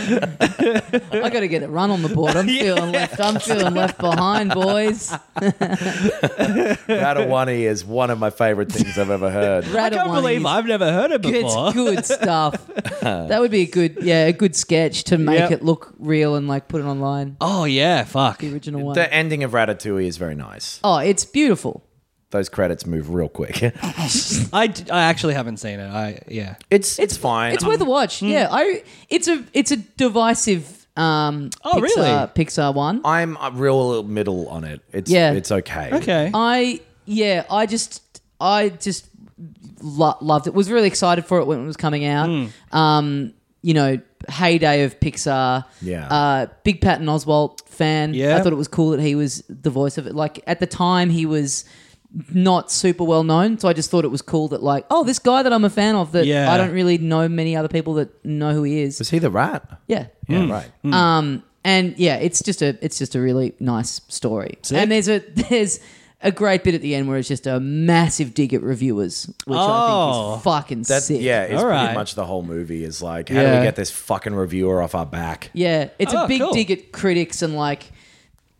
Speaker 1: I got to get a run on the board. I'm feeling left. I'm feeling left behind, boys.
Speaker 3: Ratatouille is one of my favorite things I've ever heard.
Speaker 2: I can't believe I've never heard it
Speaker 1: It's
Speaker 2: before.
Speaker 1: good stuff. that would be a good, yeah, a good sketch to make
Speaker 2: Yep.
Speaker 1: it look real and like put it online.
Speaker 2: Oh yeah, fuck.
Speaker 1: The original one.
Speaker 3: The ending of Ratatouille is very nice.
Speaker 1: oh, it's beautiful.
Speaker 3: Those credits move real quick.
Speaker 2: I, d- I actually haven't seen it. I yeah.
Speaker 3: It's it's fine.
Speaker 1: It's worth a watch.
Speaker 2: Hmm.
Speaker 1: Yeah, I. It's a it's a divisive. Um,
Speaker 2: Oh,
Speaker 1: Pixar,
Speaker 2: really?
Speaker 1: Pixar one.
Speaker 3: I'm a real middle on it. It's
Speaker 1: Yeah.
Speaker 3: it's okay.
Speaker 2: Okay.
Speaker 1: I yeah, I just I just lo- loved it. Was really excited for it when it was coming out.
Speaker 2: Hmm.
Speaker 1: Um, you know, heyday of Pixar.
Speaker 3: Yeah.
Speaker 1: Uh, big Patton Oswalt fan.
Speaker 2: Yeah.
Speaker 1: I thought it was cool that he was the voice of it. Like at the time, he was not super well known, so I just thought it was cool that like, oh, this guy that I'm a fan of that
Speaker 2: Yeah.
Speaker 1: I don't really know many other people that know who he is.
Speaker 3: Was he the rat?
Speaker 1: Yeah.
Speaker 2: Hmm.
Speaker 3: Yeah, right.
Speaker 2: Mm.
Speaker 1: Um, and yeah, it's just a it's just a really nice story. And there's a there's a great bit at the end where it's just a massive dig at reviewers, which I
Speaker 2: Oh.
Speaker 1: think is fucking
Speaker 3: That
Speaker 1: sick.
Speaker 3: yeah, it's
Speaker 2: All
Speaker 3: pretty
Speaker 2: right.
Speaker 3: much the whole movie is like, how do
Speaker 2: Yeah.
Speaker 3: we get this fucking reviewer off our back?
Speaker 1: Yeah, it's a
Speaker 2: Oh,
Speaker 1: big
Speaker 2: cool.
Speaker 1: dig at critics and like.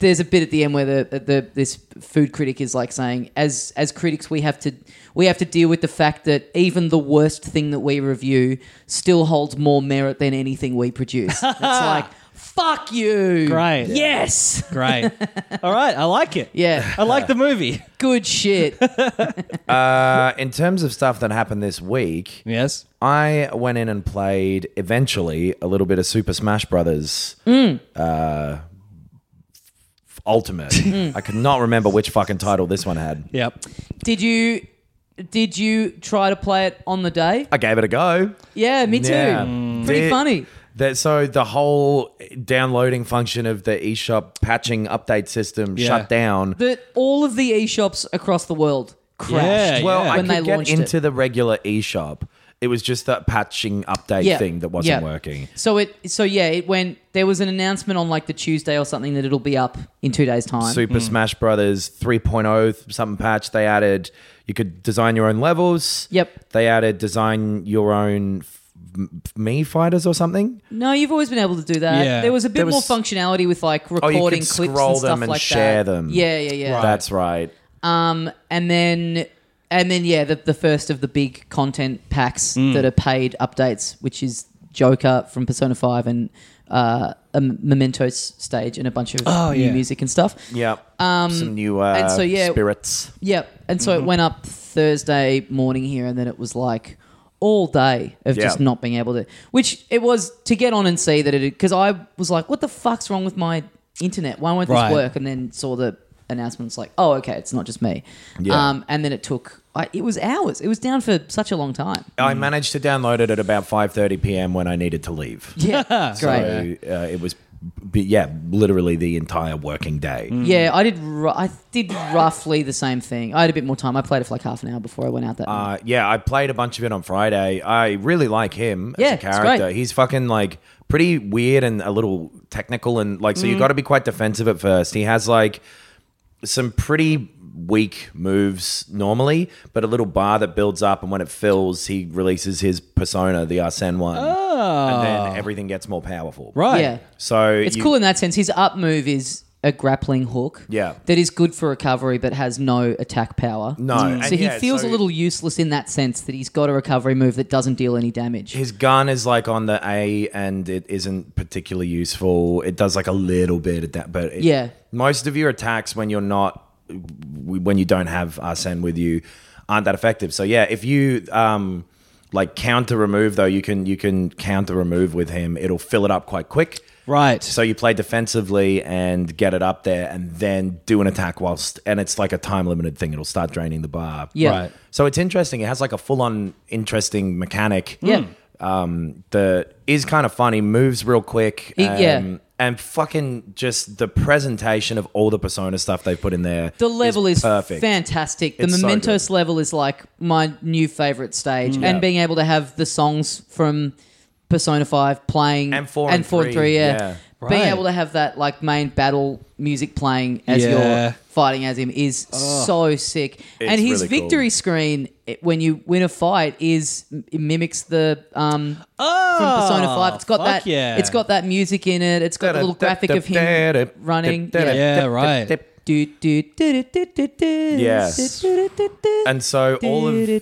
Speaker 1: There's a bit at the end where the, the this food critic is like saying, as as critics, we have to we have to deal with the fact that even the worst thing that we review still holds more merit than anything we produce. it's like fuck you,
Speaker 2: Great.
Speaker 1: Yes,
Speaker 2: Great. All right. I like it.
Speaker 1: yeah,
Speaker 2: I like the movie.
Speaker 1: good shit.
Speaker 3: Uh, in terms of stuff that happened this week,
Speaker 2: Yes.
Speaker 3: I went in and played eventually a little bit of Super Smash Brothers.
Speaker 1: Mm.
Speaker 3: Uh, Ultimate.
Speaker 1: Mm.
Speaker 3: I could not remember which fucking title this one had.
Speaker 2: Yep.
Speaker 1: Did you did you try to play it on the day?
Speaker 3: I gave it a go.
Speaker 1: Yeah, me too.
Speaker 3: Yeah.
Speaker 1: Pretty
Speaker 3: The-
Speaker 1: funny.
Speaker 3: That so the whole downloading function of the eShop patching update system
Speaker 2: Yeah.
Speaker 3: shut down.
Speaker 1: That all of the eShops across the world crashed
Speaker 2: Yeah,
Speaker 3: well, I
Speaker 1: when
Speaker 3: could
Speaker 1: they
Speaker 3: get
Speaker 1: launched
Speaker 3: into
Speaker 1: it.
Speaker 3: the regular eShop. It was just that patching update
Speaker 1: Yeah,
Speaker 3: thing that wasn't
Speaker 1: yeah.
Speaker 3: working.
Speaker 1: So it so yeah, it went there was an announcement on like the Tuesday or something that it'll be up in 2 days time.
Speaker 3: Super Smash Brothers 3.0 something patch they added you could design your own levels.
Speaker 1: Yep.
Speaker 3: They added design your own f- m- me fighters or something.
Speaker 1: no, you've always been able to do that.
Speaker 2: Yeah.
Speaker 1: There was a bit
Speaker 3: There
Speaker 1: more
Speaker 3: was- Oh,
Speaker 1: functionality with like recording clips and
Speaker 3: scroll them
Speaker 1: stuff
Speaker 3: and
Speaker 1: like
Speaker 3: share
Speaker 1: that.
Speaker 3: them.
Speaker 1: Yeah, yeah, yeah.
Speaker 3: That's right.
Speaker 1: and then and then yeah, the, the first of the big content packs that are paid updates, which is Joker from Persona Five and uh, a Mementos stage and a bunch of new
Speaker 2: yeah.
Speaker 1: music and stuff.
Speaker 3: Yeah. Some new uh,
Speaker 1: Um, and so, yeah,
Speaker 3: spirits.
Speaker 1: Yep. And so it
Speaker 3: Mm-hmm.
Speaker 1: went up Thursday morning here, and then it was like all day of
Speaker 3: Yeah.
Speaker 1: just not being able to. Which it was to get on and see that it because I was like, what the fuck's wrong with my internet? Why won't this
Speaker 2: Right.
Speaker 1: work? And then saw the announcements like, oh, okay, it's not just me.
Speaker 3: Yeah.
Speaker 1: Um, and then it took. I, it was hours. It was down for such a long time.
Speaker 3: I managed to download it at about 5:30 p.m. when I needed to leave.
Speaker 1: Yeah, great.
Speaker 3: So uh, it was, b- yeah, literally the entire working day.
Speaker 1: Yeah, I did. Ru- I did roughly the same thing. I had a bit more time. I played it for like half an hour before I went out that. night.
Speaker 3: Uh, yeah, I played a bunch of it on Friday. I really like him
Speaker 1: Yeah,
Speaker 3: as a
Speaker 1: it's great.
Speaker 3: character. He's fucking like pretty weird and a little
Speaker 1: Mm.
Speaker 3: technical, and like so you got to be quite defensive at first. He has like some pretty weak moves normally, but a little bar that builds up, and when it fills, he releases his persona, the Arsene one, and then everything gets more powerful.
Speaker 2: Right.
Speaker 1: Yeah.
Speaker 3: So
Speaker 1: Ah. It's
Speaker 3: you-
Speaker 1: cool in that sense. His up move is a grappling hook.
Speaker 3: Yeah.
Speaker 1: That is good for recovery but has no attack power.
Speaker 3: No, and
Speaker 1: So he
Speaker 3: yeah,
Speaker 1: feels
Speaker 3: so-
Speaker 1: a little useless in that sense that he's got a recovery move that doesn't deal any damage.
Speaker 3: His gun is like on the A, and it isn't particularly useful. It does like a little bit of that, but it-
Speaker 1: Yeah.
Speaker 3: most of your attacks when you're not when you don't have Arsene with you aren't that effective. So yeah, if you um like counter remove though, you can you can counter remove with him. It'll fill it up quite quick.
Speaker 2: Right.
Speaker 3: So you play defensively and get it up there, and then do an attack whilst, and it's like a time limited thing. It'll start draining the bar.
Speaker 1: yeah.
Speaker 2: Right.
Speaker 3: So it's interesting. It has like a full on interesting mechanic.
Speaker 1: Yeah.
Speaker 3: Um, that is kind of funny, moves real quick.
Speaker 1: It-
Speaker 3: um,
Speaker 1: yeah.
Speaker 3: And fucking just the presentation of all the Persona stuff they put in there.
Speaker 1: The level is,
Speaker 3: perfect.
Speaker 1: fantastic. The
Speaker 3: It's so Mm.
Speaker 1: Mementos level is like my new favorite stage, and being able to have the songs from Persona Five playing
Speaker 3: And four and
Speaker 1: four
Speaker 3: three,
Speaker 1: three, yeah,
Speaker 3: yeah.
Speaker 1: being
Speaker 2: Right.
Speaker 1: able to have that like main battle music playing as
Speaker 2: Yeah.
Speaker 1: you're fighting as him is so sick. and his
Speaker 3: really cool.
Speaker 1: victory screen it- when you win a fight is it mimics the um from
Speaker 3: Ah,
Speaker 1: Persona Five. It's got
Speaker 2: Oh, fuck
Speaker 1: that.
Speaker 2: yeah.
Speaker 1: It's got that music in it. It's got the little graphic of him running. Yeah.
Speaker 2: Yeah, right.
Speaker 1: Do, do, do, do, do, do, do,
Speaker 3: Yes.
Speaker 1: do, do, do, do.
Speaker 3: And so all of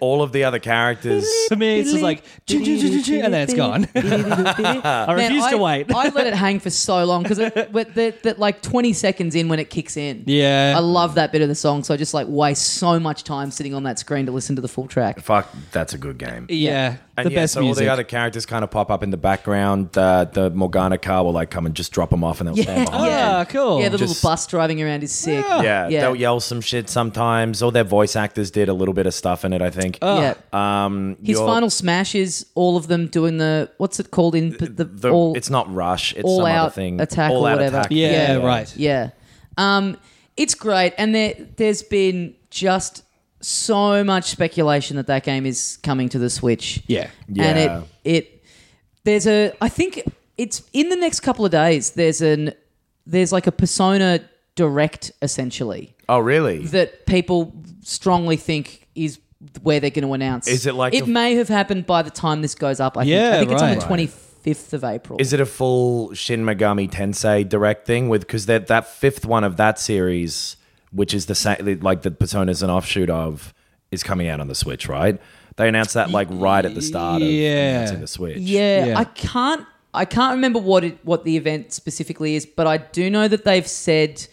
Speaker 3: all of the other characters.
Speaker 2: To me, it's just like, "Choo, choo, choo, choo, choo," and then it's gone.
Speaker 1: I
Speaker 2: refuse to wait.
Speaker 1: I let it hang for so long because that like 20 seconds in when it kicks in.
Speaker 2: Yeah.
Speaker 1: I love that bit of the song, so I just like waste so much time sitting on that screen to listen to the full track.
Speaker 3: Fuck, that's a good game.
Speaker 2: yeah.
Speaker 3: And
Speaker 2: The
Speaker 3: yeah,
Speaker 2: best
Speaker 3: so
Speaker 2: music.
Speaker 3: all the other characters kind of pop up in the background. Uh, the Morgana car will like come and just drop them off, and they'll stand behind. them.
Speaker 2: Ah, cool.
Speaker 1: Yeah, the
Speaker 3: Just-
Speaker 1: little bus driving around is sick.
Speaker 3: Yeah,
Speaker 1: yeah.
Speaker 3: they'll yell some shit sometimes. All their voice actors did a little bit of stuff in it, I think.
Speaker 1: Yeah.
Speaker 3: Um,
Speaker 1: His
Speaker 3: your-
Speaker 1: final smash is all of them doing the what's it called in the, the,
Speaker 3: the-
Speaker 1: all
Speaker 3: it's not rush. It's
Speaker 1: all
Speaker 3: some other
Speaker 1: out
Speaker 3: thing.
Speaker 1: attack
Speaker 3: all
Speaker 1: or
Speaker 3: out
Speaker 1: whatever.
Speaker 3: attack.
Speaker 2: Yeah, right.
Speaker 1: Yeah. Um, it's great. And there, there's been just so much speculation that that game is coming to the Switch.
Speaker 2: Yeah.
Speaker 1: And
Speaker 3: Yeah.
Speaker 1: it, it, there's a, I think it's in the next couple of days, there's an, there's like a Persona Direct essentially
Speaker 3: Oh, really?
Speaker 1: that people strongly think is where they're going to announce.
Speaker 3: Is it like
Speaker 1: It
Speaker 3: the-
Speaker 1: may have happened by the time this goes up. I
Speaker 2: Yeah,
Speaker 1: think. I think
Speaker 2: right.
Speaker 1: it's on the 25th of April.
Speaker 3: Is it a full Shin Megami Tensei direct thing with because that that fifth one of that series, which is the same like the Persona's an offshoot of, is coming out on the Switch, right? They announced that like right at the start of
Speaker 2: Yeah.
Speaker 3: announcing the Switch.
Speaker 1: Yeah,
Speaker 2: Yeah.
Speaker 1: I can't. I can't remember what it, what the event specifically is, but I do know that they've said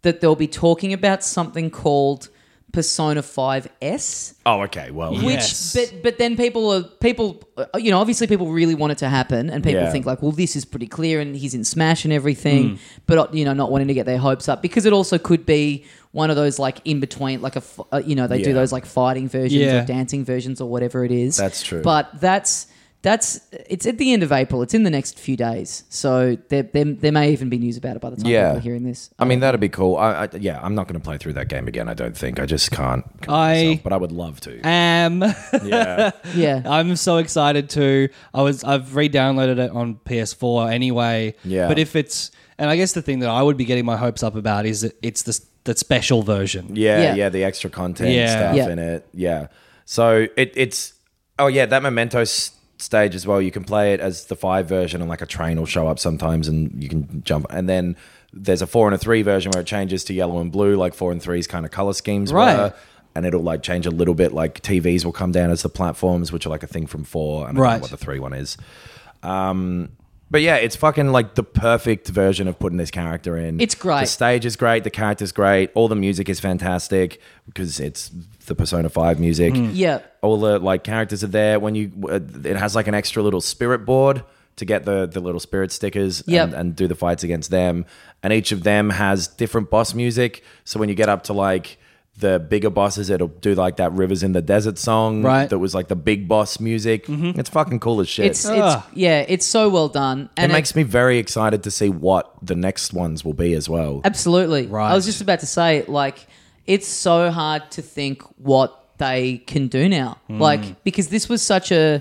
Speaker 1: that they'll be talking about something called Persona Five S,
Speaker 3: Oh, okay. Well,
Speaker 1: which
Speaker 2: Yes.
Speaker 1: but but then people are people uh, you know obviously people really want it to happen, and people
Speaker 3: Yeah.
Speaker 1: think like, well, this is pretty clear, and he's in Smash and everything, but uh, you know not wanting to get their hopes up because it also could be one of those like in between, like a f- uh, you know they do
Speaker 3: Yeah.
Speaker 1: those like fighting versions
Speaker 2: Yeah.
Speaker 1: or dancing versions or whatever it is.
Speaker 3: That's true.
Speaker 1: But that's that's it's at the end of April. It's in the next few days, so there there, there may even be news about it by the time
Speaker 3: Yeah.
Speaker 1: people are hearing this.
Speaker 3: I mean, that'd be cool. I, I, yeah, I'm not going to play through that game again. I don't think. I just can't. commit
Speaker 2: I-
Speaker 3: myself, but I would love to.
Speaker 2: Um,
Speaker 3: yeah.
Speaker 1: Yeah,
Speaker 3: Uh,
Speaker 2: I'm so excited to. I was. I've re-downloaded it on PS4 anyway.
Speaker 3: Yeah.
Speaker 2: But if it's, and I guess the thing that I would be getting my hopes up about is that it's the the special version.
Speaker 3: Yeah, yeah,
Speaker 1: Yeah.
Speaker 3: the extra content
Speaker 2: Yeah.
Speaker 3: stuff
Speaker 1: Yeah.
Speaker 3: in it. Yeah. So it, it's oh yeah, that memento s- stage as well. You can play it as the five version, and like a train will show up sometimes, and you can jump. And then there's a four and a three version where it changes to yellow and blue, like four and three's kind of color schemes,
Speaker 2: Right.
Speaker 3: were, And it'll like change a little bit. Like TVs will come down as the platforms, which are like a thing from four. And I don't
Speaker 2: Right.
Speaker 3: know what the three one is. Um, but yeah, it's fucking like the perfect version of putting this character in.
Speaker 1: It's great.
Speaker 3: The stage is great. The character's great. All the music is fantastic because it's the Persona Five music.
Speaker 1: yeah.
Speaker 3: All the like characters are there. When you, uh, it has like an extra little spirit board to get the the little spirit stickers
Speaker 1: Yep.
Speaker 3: and, and do the fights against them. And each of them has different boss music. So when you get up to like the bigger bosses, it'll do like that "Rivers in the Desert" song
Speaker 2: Right.
Speaker 3: that was like the big boss music. It's fucking cool as shit
Speaker 1: Mm-hmm. It's, it's yeah, it's so well done, and
Speaker 3: it makes me very excited to see what the next ones will be as well.
Speaker 1: Absolutely.
Speaker 2: Right.
Speaker 1: I was just about to say, like, it's so hard to think what they can do now. Like, because this was such a,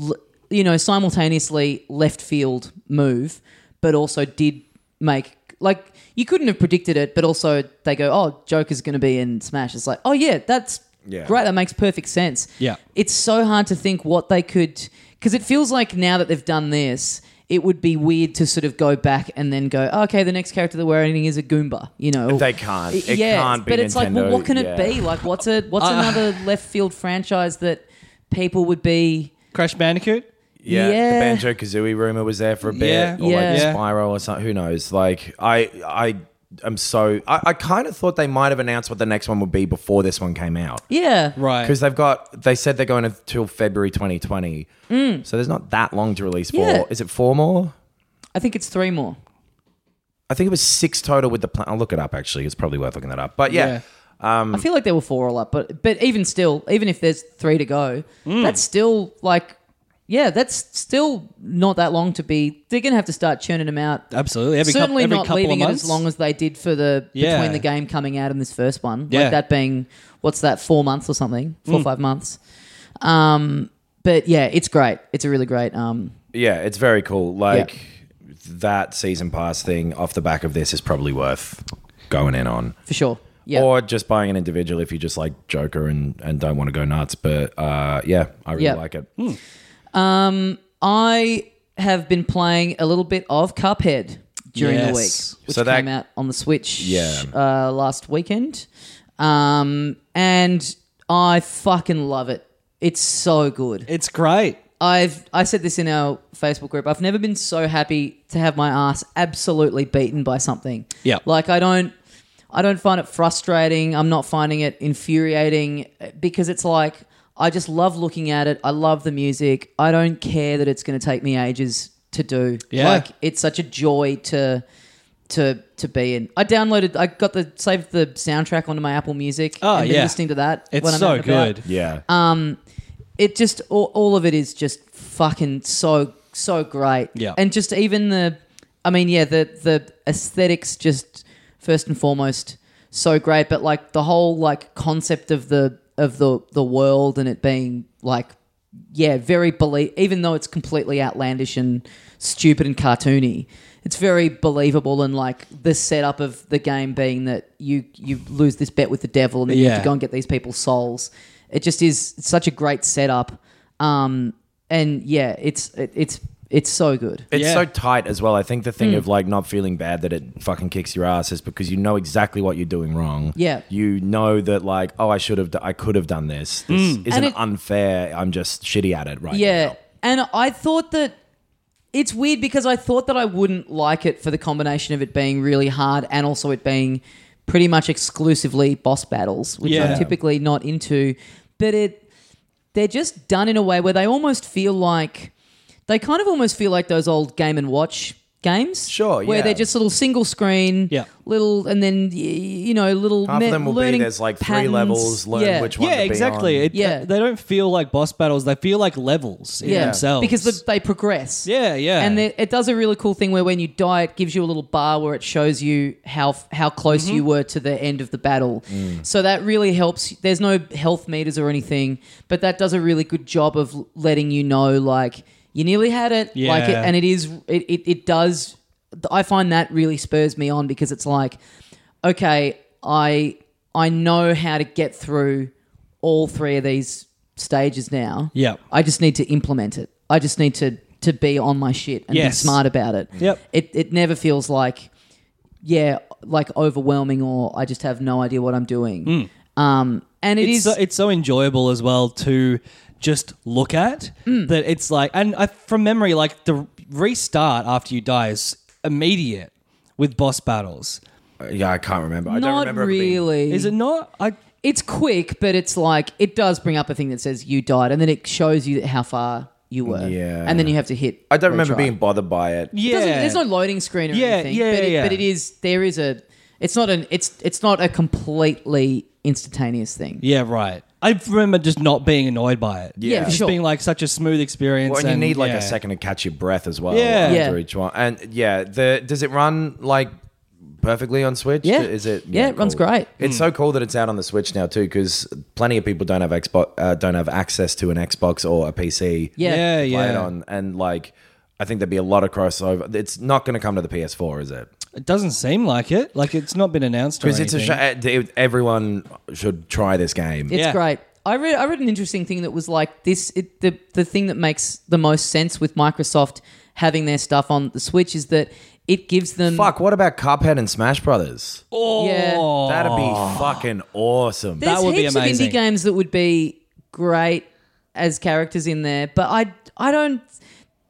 Speaker 1: l- you know, simultaneously left field move, but also did make like you couldn't have predicted it, but also they go, "Oh, Joker's going to be in Smash." It's like, "Oh yeah, that's
Speaker 3: Yeah.
Speaker 1: great. That makes perfect sense."
Speaker 2: Yeah.
Speaker 1: it's so hard to think what they could because it feels like now that they've done this. It would be weird to sort of go back and then go, "Oh, okay, the next character that we're adding is a Goomba, you know.
Speaker 3: They can't. It
Speaker 1: yeah,
Speaker 3: can't be
Speaker 1: but it's like, well,
Speaker 3: Nintendo,
Speaker 1: what can
Speaker 3: yeah.
Speaker 1: it be? Like, what's a what's another left field franchise that people would be?
Speaker 2: Crash Bandicoot.
Speaker 3: Yeah, the
Speaker 1: Yeah.
Speaker 3: Banjo Kazooie rumor was there for a bit,
Speaker 2: Yeah.
Speaker 3: or like
Speaker 1: Yeah.
Speaker 3: Spyro or something. Who knows? Like, I, I am so. I, I kind of thought they might have announced what the next one would be before this one came out,
Speaker 1: Yeah,
Speaker 2: Right.
Speaker 3: because they've got. They said they're going until February 2020, so there's not that long to release for.
Speaker 1: Mm. Yeah.
Speaker 3: Is it four more?
Speaker 1: I think it's three more.
Speaker 3: I think it was six total with the plan. I'll look it up. Actually, it's probably worth looking that up. But yeah, Mm.
Speaker 1: I feel like there were four all up, but but even still, even if there's three to go,
Speaker 3: Mm.
Speaker 1: that's still like, yeah, that's still not that long to be. They're gonna have to start churning them out.
Speaker 2: Absolutely. Every
Speaker 1: Certainly
Speaker 2: couple, every
Speaker 1: not
Speaker 2: couple
Speaker 1: leaving
Speaker 2: of
Speaker 1: it
Speaker 2: months.
Speaker 1: as long as they did for the
Speaker 2: Yeah.
Speaker 1: between the game coming out and this first one.
Speaker 2: Yeah. Mm.
Speaker 1: Like that being what's that four months or something, four or five months. Um, but yeah, it's great. It's a really great. Um,
Speaker 3: yeah, it's very cool. Like that season pass thing off the back of this is probably worth going in on.
Speaker 1: for sure. Yeah.
Speaker 3: Or just buying an individual if you just like Joker and, and don't want to go nuts. But uh, yeah, I really
Speaker 1: Yeah.
Speaker 3: like it. Hmm.
Speaker 1: I have been playing a little bit of Cuphead during
Speaker 2: Yes.
Speaker 1: the week, which
Speaker 3: So that-
Speaker 1: came out on the Switch
Speaker 3: Yeah.
Speaker 1: uh, last weekend, um, and I fucking love it. It's so good.
Speaker 2: it's great.
Speaker 1: I've I said this in our Facebook group. I've never been so happy to have my ass absolutely beaten by something.
Speaker 2: Yeah.
Speaker 1: like I don't. I don't find it frustrating. I'm not finding it infuriating because it's like I just love looking at it. I love the music. I don't care that it's going to take me ages to do.
Speaker 2: Yeah.
Speaker 1: Like it's such a joy to to to be in. I downloaded I got the saved the soundtrack onto my Apple Music
Speaker 2: Oh,
Speaker 1: and been
Speaker 2: yeah.
Speaker 1: listening to that
Speaker 2: It's
Speaker 1: when I'm out
Speaker 2: so
Speaker 1: and about
Speaker 2: good.
Speaker 3: Yeah.
Speaker 1: Um, it just all, all of it is just fucking so so great.
Speaker 2: Yeah.
Speaker 1: and just even the, I mean, yeah, the the aesthetics just first and foremost so great, but like the whole like concept of the of the the world and it being like yeah very believe even though it's completely outlandish and stupid and cartoony it's very believable and like the setup of the game being that you you lose this bet with the devil and then you have
Speaker 2: Yeah.
Speaker 1: to go and get these people's souls. It just is such a great setup, um, and yeah, it's it, it's it's so good.
Speaker 3: it's
Speaker 2: Yeah.
Speaker 3: so tight as well. I think the
Speaker 1: Hmm.
Speaker 3: thing of like not feeling bad that it fucking kicks your ass is because you know exactly what you're doing wrong.
Speaker 1: Yeah.
Speaker 3: You know that like, oh, I should have, d- I could have done this. This isn't
Speaker 1: Hmm. And it-
Speaker 3: unfair. I'm just shitty at it right
Speaker 1: yeah,
Speaker 3: now.
Speaker 1: and I thought that it's weird because I thought that I wouldn't like it for the combination of it being really hard and also it being pretty much exclusively boss battles, which
Speaker 2: Yeah.
Speaker 1: I'm typically not into. But it they're just done in a way where they almost feel like they kind of almost feel like those old game and watch games.
Speaker 3: Sure,
Speaker 1: Where
Speaker 3: yeah.
Speaker 1: they're just little single screen,
Speaker 2: Yeah.
Speaker 1: little and then y- you know, little
Speaker 3: Half
Speaker 1: me-
Speaker 3: of them will be
Speaker 1: learning
Speaker 3: there's like three
Speaker 1: patterns.
Speaker 3: levels, learn
Speaker 1: Yeah.
Speaker 3: which one.
Speaker 2: Yeah,
Speaker 3: to be
Speaker 2: exactly.
Speaker 3: on.
Speaker 2: It,
Speaker 1: Yeah.
Speaker 2: They don't feel like boss battles. They feel like levels in
Speaker 1: yeah.
Speaker 2: themselves.
Speaker 1: Because the, they progress.
Speaker 2: yeah, yeah.
Speaker 1: And it, it does a really cool thing where when you die, it gives you a little bar where it shows you how f- how close you
Speaker 2: Mm-hmm.
Speaker 1: were to the end of the battle.
Speaker 2: Mm.
Speaker 1: So that really helps. There's no health meters or anything, but that does a really good job of l- letting you know like you nearly had it. Like it,
Speaker 2: Yeah.
Speaker 1: and it is it, it it does. I find that really spurs me on because it's like, okay, I I know how to get through all three of these stages now.
Speaker 2: Yeah.
Speaker 1: I just need to implement it. I just need to to be on my shit and
Speaker 2: Yes.
Speaker 1: be smart about it.
Speaker 2: Yep.
Speaker 1: It it never feels like yeah, like overwhelming or I just have no idea what I'm doing. Um and it
Speaker 2: Hmm. it's
Speaker 1: is
Speaker 2: so, it's so enjoyable as well to just look at
Speaker 1: Mm.
Speaker 2: that it's like and I, from memory like the restart after you die is immediate with boss battles
Speaker 3: Yeah, I can't remember. I don't
Speaker 1: not
Speaker 3: remember. it being-
Speaker 1: really.
Speaker 2: is it not i
Speaker 1: it's quick, but it's like it does bring up a thing that says you died and then it shows you how far you were.
Speaker 3: Yeah.
Speaker 1: And then you have to hit
Speaker 3: I don't remember
Speaker 1: retry.
Speaker 3: being bothered by it.
Speaker 1: It
Speaker 2: yeah
Speaker 1: doesn't- There's no loading screen or
Speaker 2: Yeah,
Speaker 1: anything.
Speaker 2: yeah,
Speaker 1: but, it,
Speaker 2: yeah.
Speaker 1: but it is there is a it's not an it's it's not a completely instantaneous thing.
Speaker 2: yeah right i remember just not being annoyed by it
Speaker 1: Yeah,
Speaker 2: just
Speaker 1: sure.
Speaker 2: being like such a smooth experience
Speaker 3: Well, and you
Speaker 2: and-
Speaker 3: need like
Speaker 2: um, yeah.
Speaker 3: a second to catch your breath as well
Speaker 2: Yeah.
Speaker 3: after
Speaker 1: Yeah.
Speaker 3: each one. And yeah, the does it run like perfectly on Switch?
Speaker 1: Yeah.
Speaker 3: Is it?
Speaker 1: Yeah, it runs
Speaker 3: cool.
Speaker 1: great.
Speaker 3: It's so cool that it's out on the Switch now too, because plenty of people don't have Xbox, uh, don't have access to an Xbox or a PC.
Speaker 1: Yeah.
Speaker 2: yeah
Speaker 3: to play
Speaker 2: yeah
Speaker 3: it on, and like I think there'd be a lot of crossover. It's not going to come to the PS4, is it?
Speaker 2: It doesn't seem like it. Like it's not been announced.
Speaker 3: Because it's a
Speaker 2: shame.
Speaker 3: show. Everyone should try this game.
Speaker 1: It's
Speaker 2: Yeah.
Speaker 1: great. I read I read an interesting thing that was like this it, the the thing that makes the most sense with Microsoft having their stuff on the Switch is that it gives them
Speaker 3: Fuck, what about Cuphead and Smash Brothers?
Speaker 1: yeah.
Speaker 3: That'd be fucking awesome.
Speaker 1: There's
Speaker 2: would be
Speaker 1: heaps
Speaker 2: amazing.
Speaker 1: of indie games that would be great as characters in there, but I I don't.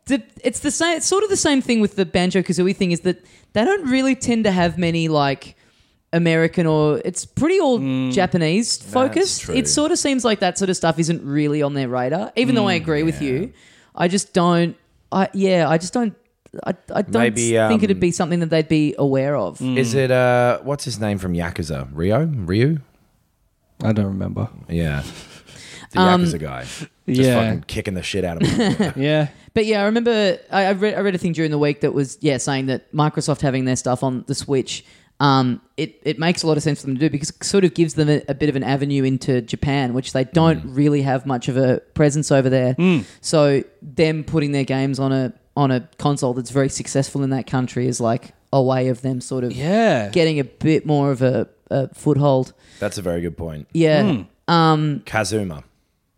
Speaker 1: The, it's the same. It's sort of the same thing with the Banjo Kazooie thing. Is that they don't really tend to have many like American or it's pretty all Japanese focused.
Speaker 3: true.
Speaker 1: It sort of seems like that sort of stuff isn't really on their radar. Even though I agree with you, I just don't. I yeah, I just don't. I, I don't
Speaker 3: Maybe,
Speaker 1: think
Speaker 3: um,
Speaker 1: it'd be something that they'd be aware of.
Speaker 3: Is it uh what's his name from Yakuza? Rio? Ryu?
Speaker 2: I don't remember.
Speaker 3: Yeah. The
Speaker 1: Um,
Speaker 3: Yakuza guy. Just
Speaker 2: yeah.
Speaker 3: fucking kicking the shit out of him.
Speaker 2: Yeah.
Speaker 1: But yeah, I remember I, I read I read a thing during the week that was yeah saying that Microsoft having their stuff on the Switch, um, it it makes a lot of sense for them to do because it sort of gives them a, a bit of an avenue into Japan, which they don't really have much of a presence over there. So them putting their games on a on a console that's very successful in that country is like a way of them sort of
Speaker 2: Yeah.
Speaker 1: getting a bit more of a, a foothold.
Speaker 3: That's a very good point.
Speaker 1: Yeah.
Speaker 3: Kazuma.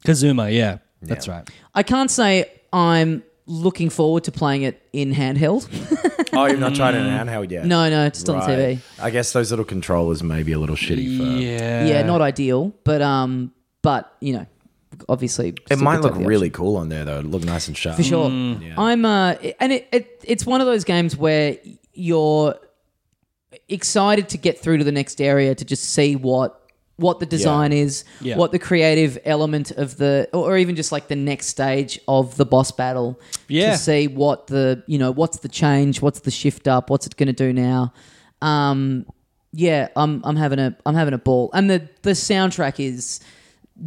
Speaker 2: Kazuma. Yeah. That's right.
Speaker 1: I can't say I'm looking forward to playing it in handheld.
Speaker 3: Oh, you've not tried it in handheld yet?
Speaker 1: Mm. no, no, just on
Speaker 3: Right.
Speaker 1: TV.
Speaker 3: I guess those little controllers may be a little shitty for
Speaker 2: Yeah.
Speaker 3: Uh,
Speaker 1: yeah, not ideal, but um, but you know, obviously
Speaker 3: It
Speaker 1: still
Speaker 3: might
Speaker 1: good to
Speaker 3: look
Speaker 1: have the
Speaker 3: really cool on there though. It'd look nice and sharp.
Speaker 1: option. for sure.
Speaker 2: Mm.
Speaker 1: I'm uh, and it, it it's one of those games where you're excited to get through to the next area to just see what what the design is,
Speaker 2: Yeah.
Speaker 1: what the creative element of the, or, or even just like the next stage of the boss battle.
Speaker 2: Yeah.
Speaker 1: to see what the you know what's the change, what's the shift up, what's it going to do now. Um, yeah, I'm I'm having a I'm having a ball, and the the soundtrack is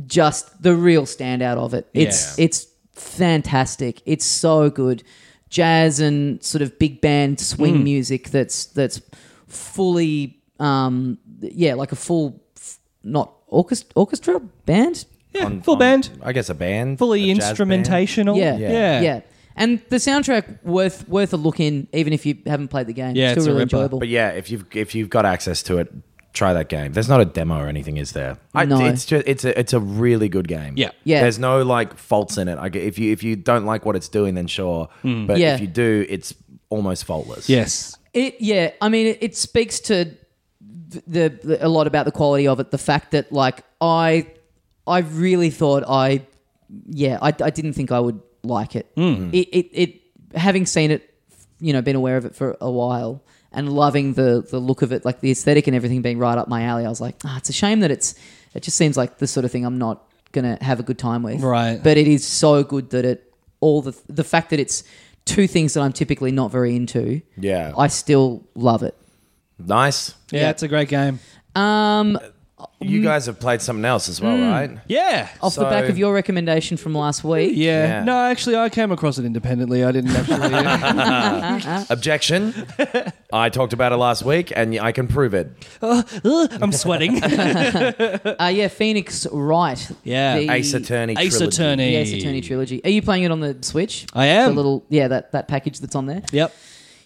Speaker 1: just the real standout of it. It's it's fantastic. It's so good. Jazz and sort of big band swing
Speaker 2: Hmm.
Speaker 1: music that's that's fully um yeah, like a full f- not orchestra orchestra band.
Speaker 2: Yeah. Full band.
Speaker 3: I guess a band.
Speaker 2: Fully
Speaker 3: a jazz band.
Speaker 2: instrumentational.
Speaker 1: Yeah.
Speaker 2: Oh, Yeah.
Speaker 1: Yeah. And the soundtrack worth worth a look in even if you haven't played the game.
Speaker 2: Yeah,
Speaker 1: still
Speaker 2: it's a
Speaker 1: really
Speaker 2: ripper.
Speaker 1: enjoyable.
Speaker 3: But yeah, if you've if you've got access to it, try that game. There's not a demo or anything, is there? I,
Speaker 1: No.
Speaker 3: It's just it's a it's a really good game.
Speaker 2: Yeah.
Speaker 1: Yeah.
Speaker 3: There's no like faults in it. Like if you if you don't like what it's doing, then sure.
Speaker 2: Mm.
Speaker 3: But
Speaker 1: Yeah.
Speaker 3: if you do, it's almost faultless.
Speaker 2: Yes.
Speaker 1: It yeah, I mean it, it speaks to th- the, the a lot about the quality of it. The fact that like I I really thought I yeah I, I didn't think I would like it. It, it. it having seen it, you know, been aware of it for a while and loving the the look of it, like the aesthetic and everything being right up my alley. I was like, ah, it's a shame that it's it just seems like the sort of thing I'm not gonna have a good time with.
Speaker 2: Right.
Speaker 1: but it is so good that it all the the fact that it's two things that I'm typically not very into.
Speaker 3: Yeah.
Speaker 1: I still love it.
Speaker 3: Nice.
Speaker 2: Yeah, It's a great game.
Speaker 3: You
Speaker 1: Mm.
Speaker 3: guys have played something else as well, right?
Speaker 2: Yeah.
Speaker 1: Off the back
Speaker 3: So-
Speaker 1: of your recommendation from last week,
Speaker 2: yeah.
Speaker 3: Yeah.
Speaker 2: No, actually, I came across it independently. I didn't actually.
Speaker 3: Objection. I talked about it last week, and I can prove it.
Speaker 2: I'm sweating.
Speaker 1: uh, yeah, Phoenix Wright,
Speaker 2: Yeah.
Speaker 1: the
Speaker 3: Ace Attorney.
Speaker 2: Ace
Speaker 3: trilogy.
Speaker 2: Attorney.
Speaker 1: the Ace Attorney trilogy. Are you playing it on the Switch?
Speaker 2: I am.
Speaker 1: The little yeah, that that package that's on there.
Speaker 2: Yep.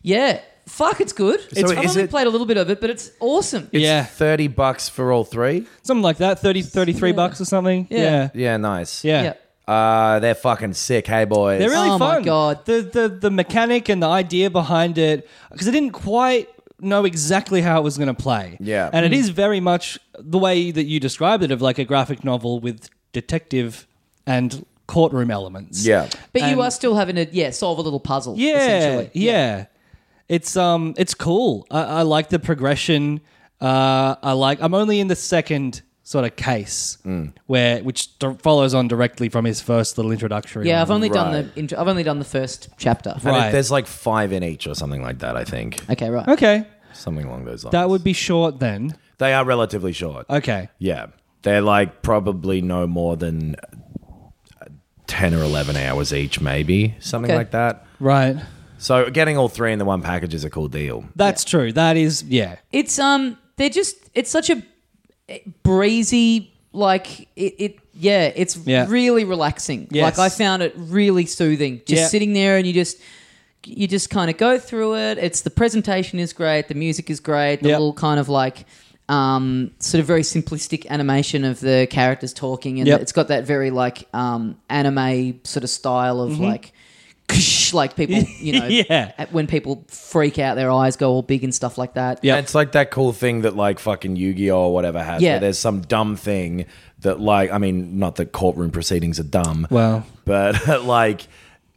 Speaker 1: Yeah, fuck, it's good.
Speaker 3: So
Speaker 1: I've
Speaker 3: is
Speaker 1: only
Speaker 3: it-
Speaker 1: played a little bit of it, but it's awesome.
Speaker 3: It's
Speaker 2: Yeah.
Speaker 3: Thirty bucks for all three.
Speaker 2: Something like that. 30, 33 bucks or something. Yeah. Yeah.
Speaker 3: Yeah. Nice.
Speaker 2: Yeah.
Speaker 1: yeah.
Speaker 3: Uh, they're fucking sick. Hey boys.
Speaker 2: They're really
Speaker 1: Oh my
Speaker 2: fun.
Speaker 1: God.
Speaker 2: The the the mechanic and the idea behind it because I didn't quite know exactly how it was going to play.
Speaker 3: Yeah.
Speaker 2: and it
Speaker 1: Hmm.
Speaker 2: is very much the way that you described it of like a graphic novel with detective and courtroom elements.
Speaker 3: yeah.
Speaker 1: But you are still having to yeah solve a little puzzle.
Speaker 2: Yeah,
Speaker 1: essentially.
Speaker 2: yeah. It's um, it's cool. I, I like the progression. Uh, I like. I'm only in the second sort of case
Speaker 3: Hmm.
Speaker 2: where which d- follows on directly from his first little introductory.
Speaker 1: yeah.
Speaker 2: one.
Speaker 1: I've only done
Speaker 3: Right.
Speaker 1: the intro- I've only done the first chapter.
Speaker 3: And it-
Speaker 2: Right.
Speaker 3: There's like five in each or something like that. I think
Speaker 1: Okay, right.
Speaker 2: okay.
Speaker 3: something along those lines.
Speaker 2: That would Uh, be short then.
Speaker 3: They are relatively short.
Speaker 2: Okay.
Speaker 3: Yeah. They're like probably no more than uh, 10 or 11 hours each, maybe, something
Speaker 1: Okay.
Speaker 3: like that.
Speaker 2: Right.
Speaker 3: So getting all three in the one package is a cool deal.
Speaker 2: That's true. That is yeah.
Speaker 1: It's um, they're just it's such a breezy like it. it yeah, it's
Speaker 2: Yeah.
Speaker 1: really relaxing.
Speaker 2: Yes.
Speaker 1: Like I found it really soothing. Just
Speaker 2: Yeah.
Speaker 1: sitting there and you just you just kind of go through it. It's the presentation is great, the music is great, the
Speaker 2: Yep.
Speaker 1: little kind of like um, sort of very simplistic animation of the characters talking, and
Speaker 2: Yep.
Speaker 1: it's got that very like um, anime sort of style of like. Like people, you know,
Speaker 2: Mm-hmm. Yeah.
Speaker 1: at- when people freak out, their eyes go all big and stuff like that.
Speaker 2: Yeah.
Speaker 3: It's like that cool thing that like fucking Yu-Gi-Oh or whatever has.
Speaker 1: Yeah.
Speaker 3: Where there's some dumb thing that like I mean, not that courtroom proceedings are dumb.
Speaker 2: Wow.
Speaker 3: But like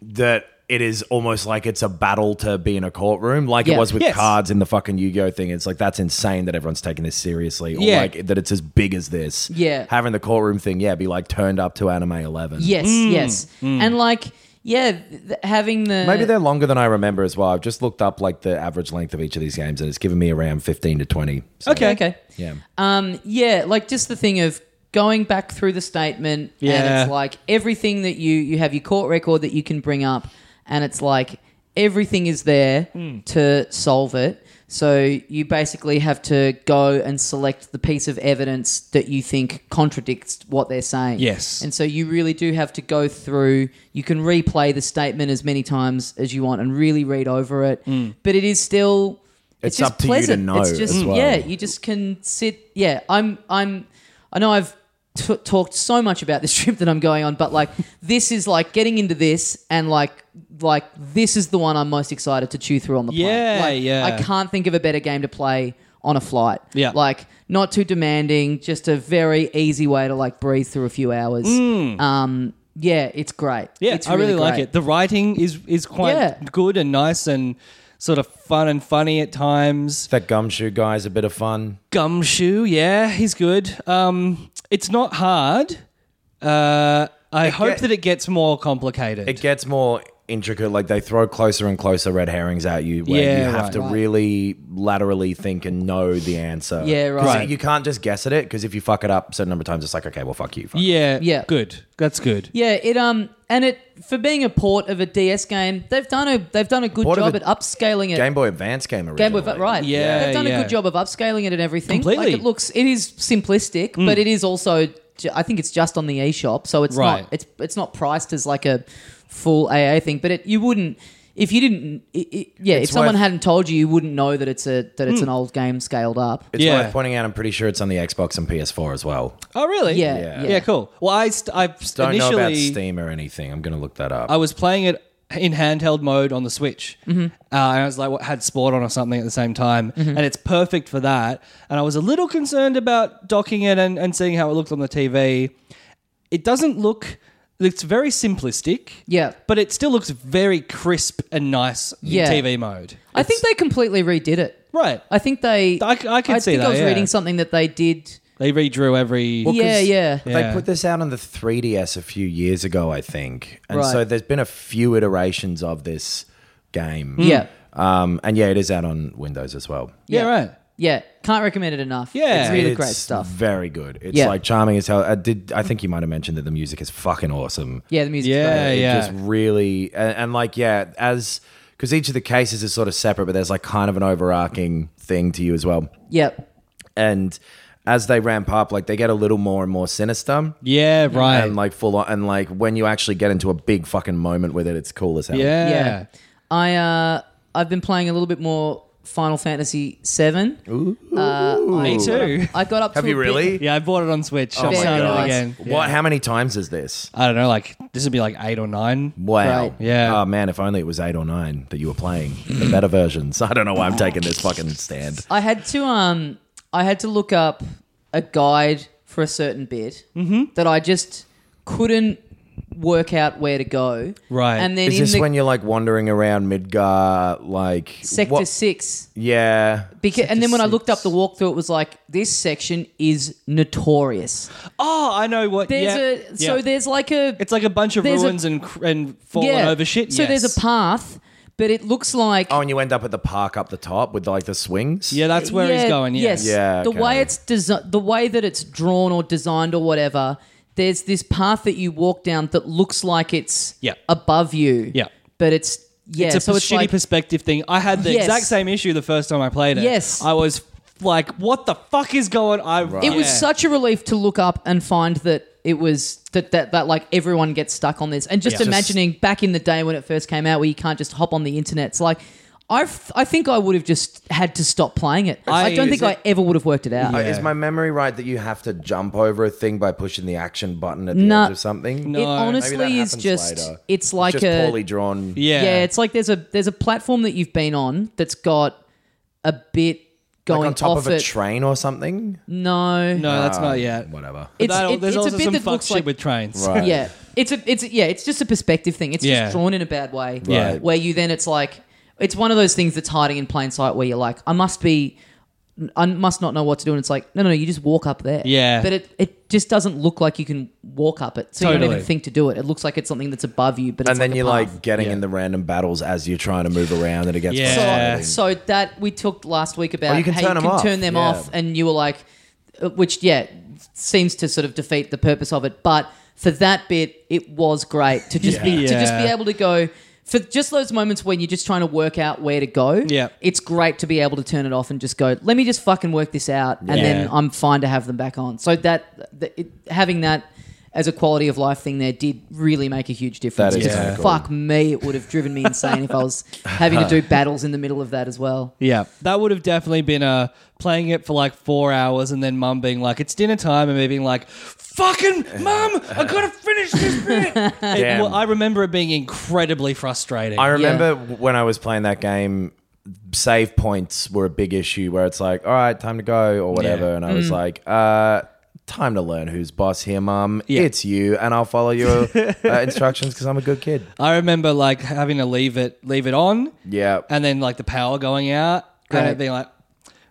Speaker 3: that it is almost like it's a battle to be in a courtroom, like
Speaker 1: Yeah.
Speaker 3: it was with
Speaker 2: Yes.
Speaker 3: cards in the fucking Yu-Gi-Oh thing. It's like that's insane that everyone's taking this seriously, or
Speaker 2: Yeah.
Speaker 3: like that it's as big as this.
Speaker 1: Yeah.
Speaker 3: having the courtroom thing, yeah, be like turned up to anime eleven.
Speaker 1: Yes, yes, and like, yeah, th- th- having the
Speaker 3: Maybe they're longer than I remember as well. I've just looked up like the average length of each of these games, and it's given me around fifteen to twenty. So,
Speaker 2: Okay.
Speaker 1: okay.
Speaker 3: yeah.
Speaker 1: Um, yeah, like just the thing of going back through the statement, and
Speaker 2: Yeah.
Speaker 1: it's like everything that you you have your court record that you can bring up, and it's like everything is there
Speaker 2: Hmm.
Speaker 1: to solve it. So you basically have to go and select the piece of evidence that you think contradicts what they're saying.
Speaker 2: Yes.
Speaker 1: And so you really do have to go through. You can replay the statement as many times as you want and really read over it.
Speaker 2: Hmm.
Speaker 1: But it is still. It's,
Speaker 3: It's
Speaker 1: just
Speaker 3: up to you to
Speaker 1: pleasant.
Speaker 3: know
Speaker 1: It's just
Speaker 3: as well.
Speaker 1: yeah. You just can sit. Yeah, I'm. I'm. I know I've t- talked so much about this trip that I'm going on, but like this is like getting into this and like like this is the one I'm most excited to chew through on the
Speaker 2: Yeah,
Speaker 1: plane. Like,
Speaker 2: yeah.
Speaker 1: I can't think of a better game to play on a flight.
Speaker 2: Yeah.
Speaker 1: Like not too demanding, just a very easy way to like breathe through a few hours. Um. Yeah, it's great.
Speaker 2: Mm. Yeah,
Speaker 1: it's
Speaker 2: I really, like
Speaker 1: great.
Speaker 2: it. The writing is is quite
Speaker 1: Yeah.
Speaker 2: good and nice and sort of fun and funny at times.
Speaker 3: That gumshoe guy's a bit of fun.
Speaker 2: Gumshoe, yeah, he's good. Um, it's not hard. Uh, I hope
Speaker 3: get-
Speaker 2: that it gets more complicated.
Speaker 3: It gets more intricate. Like they throw closer and closer red herrings at you, where
Speaker 2: Yeah,
Speaker 3: you have
Speaker 2: right.
Speaker 3: to
Speaker 2: Right.
Speaker 3: really laterally think and know the answer.
Speaker 1: Yeah,
Speaker 3: 'Cause
Speaker 1: right.
Speaker 3: You can't just guess at it because if you fuck it up a certain number of times, it's like okay, well, fuck you. Fuck.
Speaker 2: yeah,
Speaker 1: Yeah.
Speaker 2: good. That's good.
Speaker 1: Yeah, it um and it for being a port of a DS game, they've done a they've done a good
Speaker 3: Port of
Speaker 1: job
Speaker 3: a
Speaker 1: at upscaling it.
Speaker 3: Game Boy Advance game originally.
Speaker 1: Game Boy, right?
Speaker 2: Yeah,
Speaker 1: they've done a
Speaker 2: yeah.
Speaker 1: good job of upscaling it and everything.
Speaker 2: Completely. Hmm.
Speaker 1: like it looks it is simplistic, but it is also ju- I think it's just on the eShop, so it's
Speaker 2: Right.
Speaker 1: not it's it's not priced as like a full AA thing. But it you wouldn't. If you didn't, i i yeah, if
Speaker 3: It's
Speaker 1: someone
Speaker 3: worth-
Speaker 1: hadn't told you, you wouldn't know that it's a that it's an
Speaker 2: Hmm.
Speaker 1: old game scaled up.
Speaker 3: It's
Speaker 2: Yeah.
Speaker 3: worth pointing out. I'm pretty sure it's on the Xbox and PS4 as well.
Speaker 2: Oh, really?
Speaker 1: Yeah,
Speaker 3: Yeah.
Speaker 1: yeah,
Speaker 2: Yeah, cool. Well, I st- I
Speaker 3: Don't
Speaker 2: initially
Speaker 3: know about Steam or anything. I'm gonna look that up.
Speaker 2: I was playing it in handheld mode on the Switch, mm-hmm. uh, and I was like, what, had Sport on or something at the same time,
Speaker 1: Mm-hmm.
Speaker 2: and it's perfect for that. And I was a little concerned about docking it and, and seeing how it looked on the TV. It doesn't look. It's very simplistic.
Speaker 1: Yeah.
Speaker 2: But it still looks very crisp and nice
Speaker 1: Yeah.
Speaker 2: in TV mode.
Speaker 1: I think they completely redid it.
Speaker 2: Right.
Speaker 1: I think they.
Speaker 2: I c- I can see
Speaker 1: think
Speaker 2: that,
Speaker 1: I was
Speaker 2: yeah.
Speaker 1: reading something that they did.
Speaker 2: They redrew every.
Speaker 1: yeah, yeah.
Speaker 3: They put this out on the 3DS a few years ago, I think. And
Speaker 1: Right.
Speaker 3: so there's been a few iterations of this game.
Speaker 2: Hmm.
Speaker 1: Yeah.
Speaker 3: Um, and yeah, it is out on Windows as well.
Speaker 2: Yeah, right.
Speaker 1: Yeah, can't recommend it enough.
Speaker 2: Yeah.
Speaker 1: it's really
Speaker 3: It's
Speaker 1: great stuff.
Speaker 3: Very good. It's
Speaker 1: Yeah.
Speaker 3: like charming as hell. I did. I think you might have mentioned that the music is fucking awesome.
Speaker 1: Yeah, the music's
Speaker 2: Yeah,
Speaker 1: great.
Speaker 3: It just really and, and like yeah, as because each of the cases is sort of separate, but there's like kind of an overarching thing to you as well.
Speaker 1: Yep.
Speaker 3: And as they ramp up, like they get a little more and more sinister.
Speaker 2: Yeah, right.
Speaker 3: and like full on, and like when you actually get into a big fucking moment with it, it's cool as hell.
Speaker 2: yeah.
Speaker 1: Yeah. I uh I've been playing a little bit more Final Fantasy Seven.
Speaker 2: Me too.
Speaker 1: I got up
Speaker 3: Have
Speaker 1: to
Speaker 3: you
Speaker 1: a bit-
Speaker 3: really? Oh
Speaker 2: Yeah, I bought it on Switch. I'm
Speaker 1: Oh my
Speaker 2: starting
Speaker 1: God.
Speaker 2: it again.
Speaker 3: What? How many times is this?
Speaker 2: I don't know, like, this would be like eight or nine.
Speaker 3: Wow.
Speaker 1: Right.
Speaker 2: Yeah.
Speaker 3: Oh man, if only it was eight or nine that you were playing the better versions. I don't know why I'm taking this fucking stand.
Speaker 1: I had to um I had to look up a guide for a certain bit that I just couldn't work out where to go.
Speaker 2: Right.
Speaker 1: And then
Speaker 3: Is
Speaker 1: in
Speaker 3: this
Speaker 1: the
Speaker 3: when you're like wandering around Midgar, like
Speaker 1: sector
Speaker 3: what-
Speaker 1: six.
Speaker 3: Yeah.
Speaker 1: Because, and then when I looked up the walkthrough, it was like this section is notorious.
Speaker 2: Oh, I know what.
Speaker 1: There's
Speaker 2: yeah.
Speaker 1: a so
Speaker 2: Yeah.
Speaker 1: there's like a
Speaker 2: It's like a bunch of
Speaker 1: there's a-
Speaker 2: ruins and cr- and fallen over shit.
Speaker 1: So
Speaker 2: yes.
Speaker 1: there's a path, but it looks like
Speaker 3: Oh, and you end up at the park up the top with like the swings.
Speaker 2: Yeah, that's where he's going. Yeah.
Speaker 1: Yes.
Speaker 3: Yeah,
Speaker 1: the
Speaker 3: okay.
Speaker 1: way it's desi- the way that it's drawn or designed or whatever, there's this path that you walk down that looks like it's
Speaker 2: Yeah.
Speaker 1: above you.
Speaker 2: Yeah.
Speaker 1: But it's yeah,
Speaker 2: It's a
Speaker 1: so
Speaker 2: shitty
Speaker 1: it's like
Speaker 2: perspective thing. I had the
Speaker 1: Yes.
Speaker 2: exact same issue the first time I played it.
Speaker 1: Yes.
Speaker 2: I was like, what the fuck is going on?
Speaker 1: it was such a relief to look up and find that it was that that that like everyone gets stuck on this, and just
Speaker 2: Yeah.
Speaker 1: imagining back in the day when it first came out, where you can't just hop on the internet. It's like. I've, I think I would have just had to stop playing it. I,
Speaker 2: I-
Speaker 1: don't think
Speaker 2: is
Speaker 1: I
Speaker 2: it-
Speaker 1: ever would have worked it out.
Speaker 3: Uh, Is my memory right that you have to jump over a thing by pushing the action button at the
Speaker 1: No.
Speaker 3: edge of something?
Speaker 1: it
Speaker 2: No.
Speaker 3: Maybe
Speaker 1: honestly
Speaker 3: that
Speaker 1: is
Speaker 3: happens
Speaker 1: just
Speaker 3: later.
Speaker 1: it's like
Speaker 3: just
Speaker 1: a
Speaker 3: poorly drawn.
Speaker 2: Yeah.
Speaker 1: yeah, it's like there's a there's a platform that you've been on that's got a bit going
Speaker 3: like on top
Speaker 1: off
Speaker 3: of a
Speaker 1: it.
Speaker 3: train or something.
Speaker 1: no,
Speaker 2: no, that's not yet.
Speaker 3: Whatever.
Speaker 1: it's,
Speaker 2: That-
Speaker 1: it-
Speaker 2: there's
Speaker 1: it's
Speaker 2: also
Speaker 1: a bit
Speaker 2: some
Speaker 1: that
Speaker 2: fuck
Speaker 1: looks
Speaker 2: shit
Speaker 1: like
Speaker 2: with trains.
Speaker 3: Right.
Speaker 1: yeah, it's a it's a, yeah, it's just a perspective thing. It's
Speaker 2: Yeah.
Speaker 1: just drawn in a bad way.
Speaker 2: Yeah.
Speaker 1: where you then it's like it's one of those things that's hiding in plain sight where you're like I must be. I must not know what to do, and it's like no, no, no. You just walk up there.
Speaker 2: Yeah.
Speaker 1: but it, it just doesn't look like you can walk up it, so you don't
Speaker 2: Totally.
Speaker 1: even think to do it. It looks like it's something that's above you, but it's
Speaker 3: And then
Speaker 1: like a
Speaker 3: you're
Speaker 1: path.
Speaker 3: like getting in the random battles as you're trying to move around, and it gets
Speaker 2: Yeah.
Speaker 1: So,
Speaker 3: frustrating.
Speaker 1: so that we talked last week about
Speaker 3: Oh, you can
Speaker 1: how
Speaker 3: turn
Speaker 1: you
Speaker 3: 'em
Speaker 1: can
Speaker 3: off.
Speaker 1: turn them
Speaker 3: Yeah.
Speaker 1: off, and you were like, uh, which yeah, seems to sort of defeat the purpose of it. But for that bit, it was great to just be
Speaker 2: Yeah.
Speaker 1: to just be
Speaker 2: Yeah.
Speaker 1: able to go. For just those moments when you're just trying to work out where to go,
Speaker 2: Yeah.
Speaker 1: it's great to be able to turn it off and just go. Let me just fucking work this out, and then
Speaker 2: Yeah.
Speaker 1: I'm fine to have them back on. So that th- it, having that as a quality of life thing there did really make a huge difference.
Speaker 3: That is
Speaker 1: Because
Speaker 3: kinda cool.
Speaker 1: Fuck me, it would have driven me insane if I was having to do battles in the middle of that as well.
Speaker 2: Yeah, that would have definitely been uh, playing it for like four hours, and then mum being like, "It's dinner time," and me being like, "Fucking mum, I gotta finish this bit." It-
Speaker 3: Damn.
Speaker 2: well, I remember it being incredibly frustrating.
Speaker 3: I remember when I was playing that game, save points were a big issue where it's like, all right, time to go or whatever.
Speaker 2: Yeah.
Speaker 3: And I was
Speaker 1: Mm.
Speaker 3: like, uh, time to learn who's boss here, mum.
Speaker 2: Yeah.
Speaker 3: It's you. And I'll follow your uh, instructions because I'm a good kid.
Speaker 2: I remember like having to leave it, leave it on,
Speaker 3: Yeah.
Speaker 2: and then like the power going out, and
Speaker 1: Great.
Speaker 2: it being like,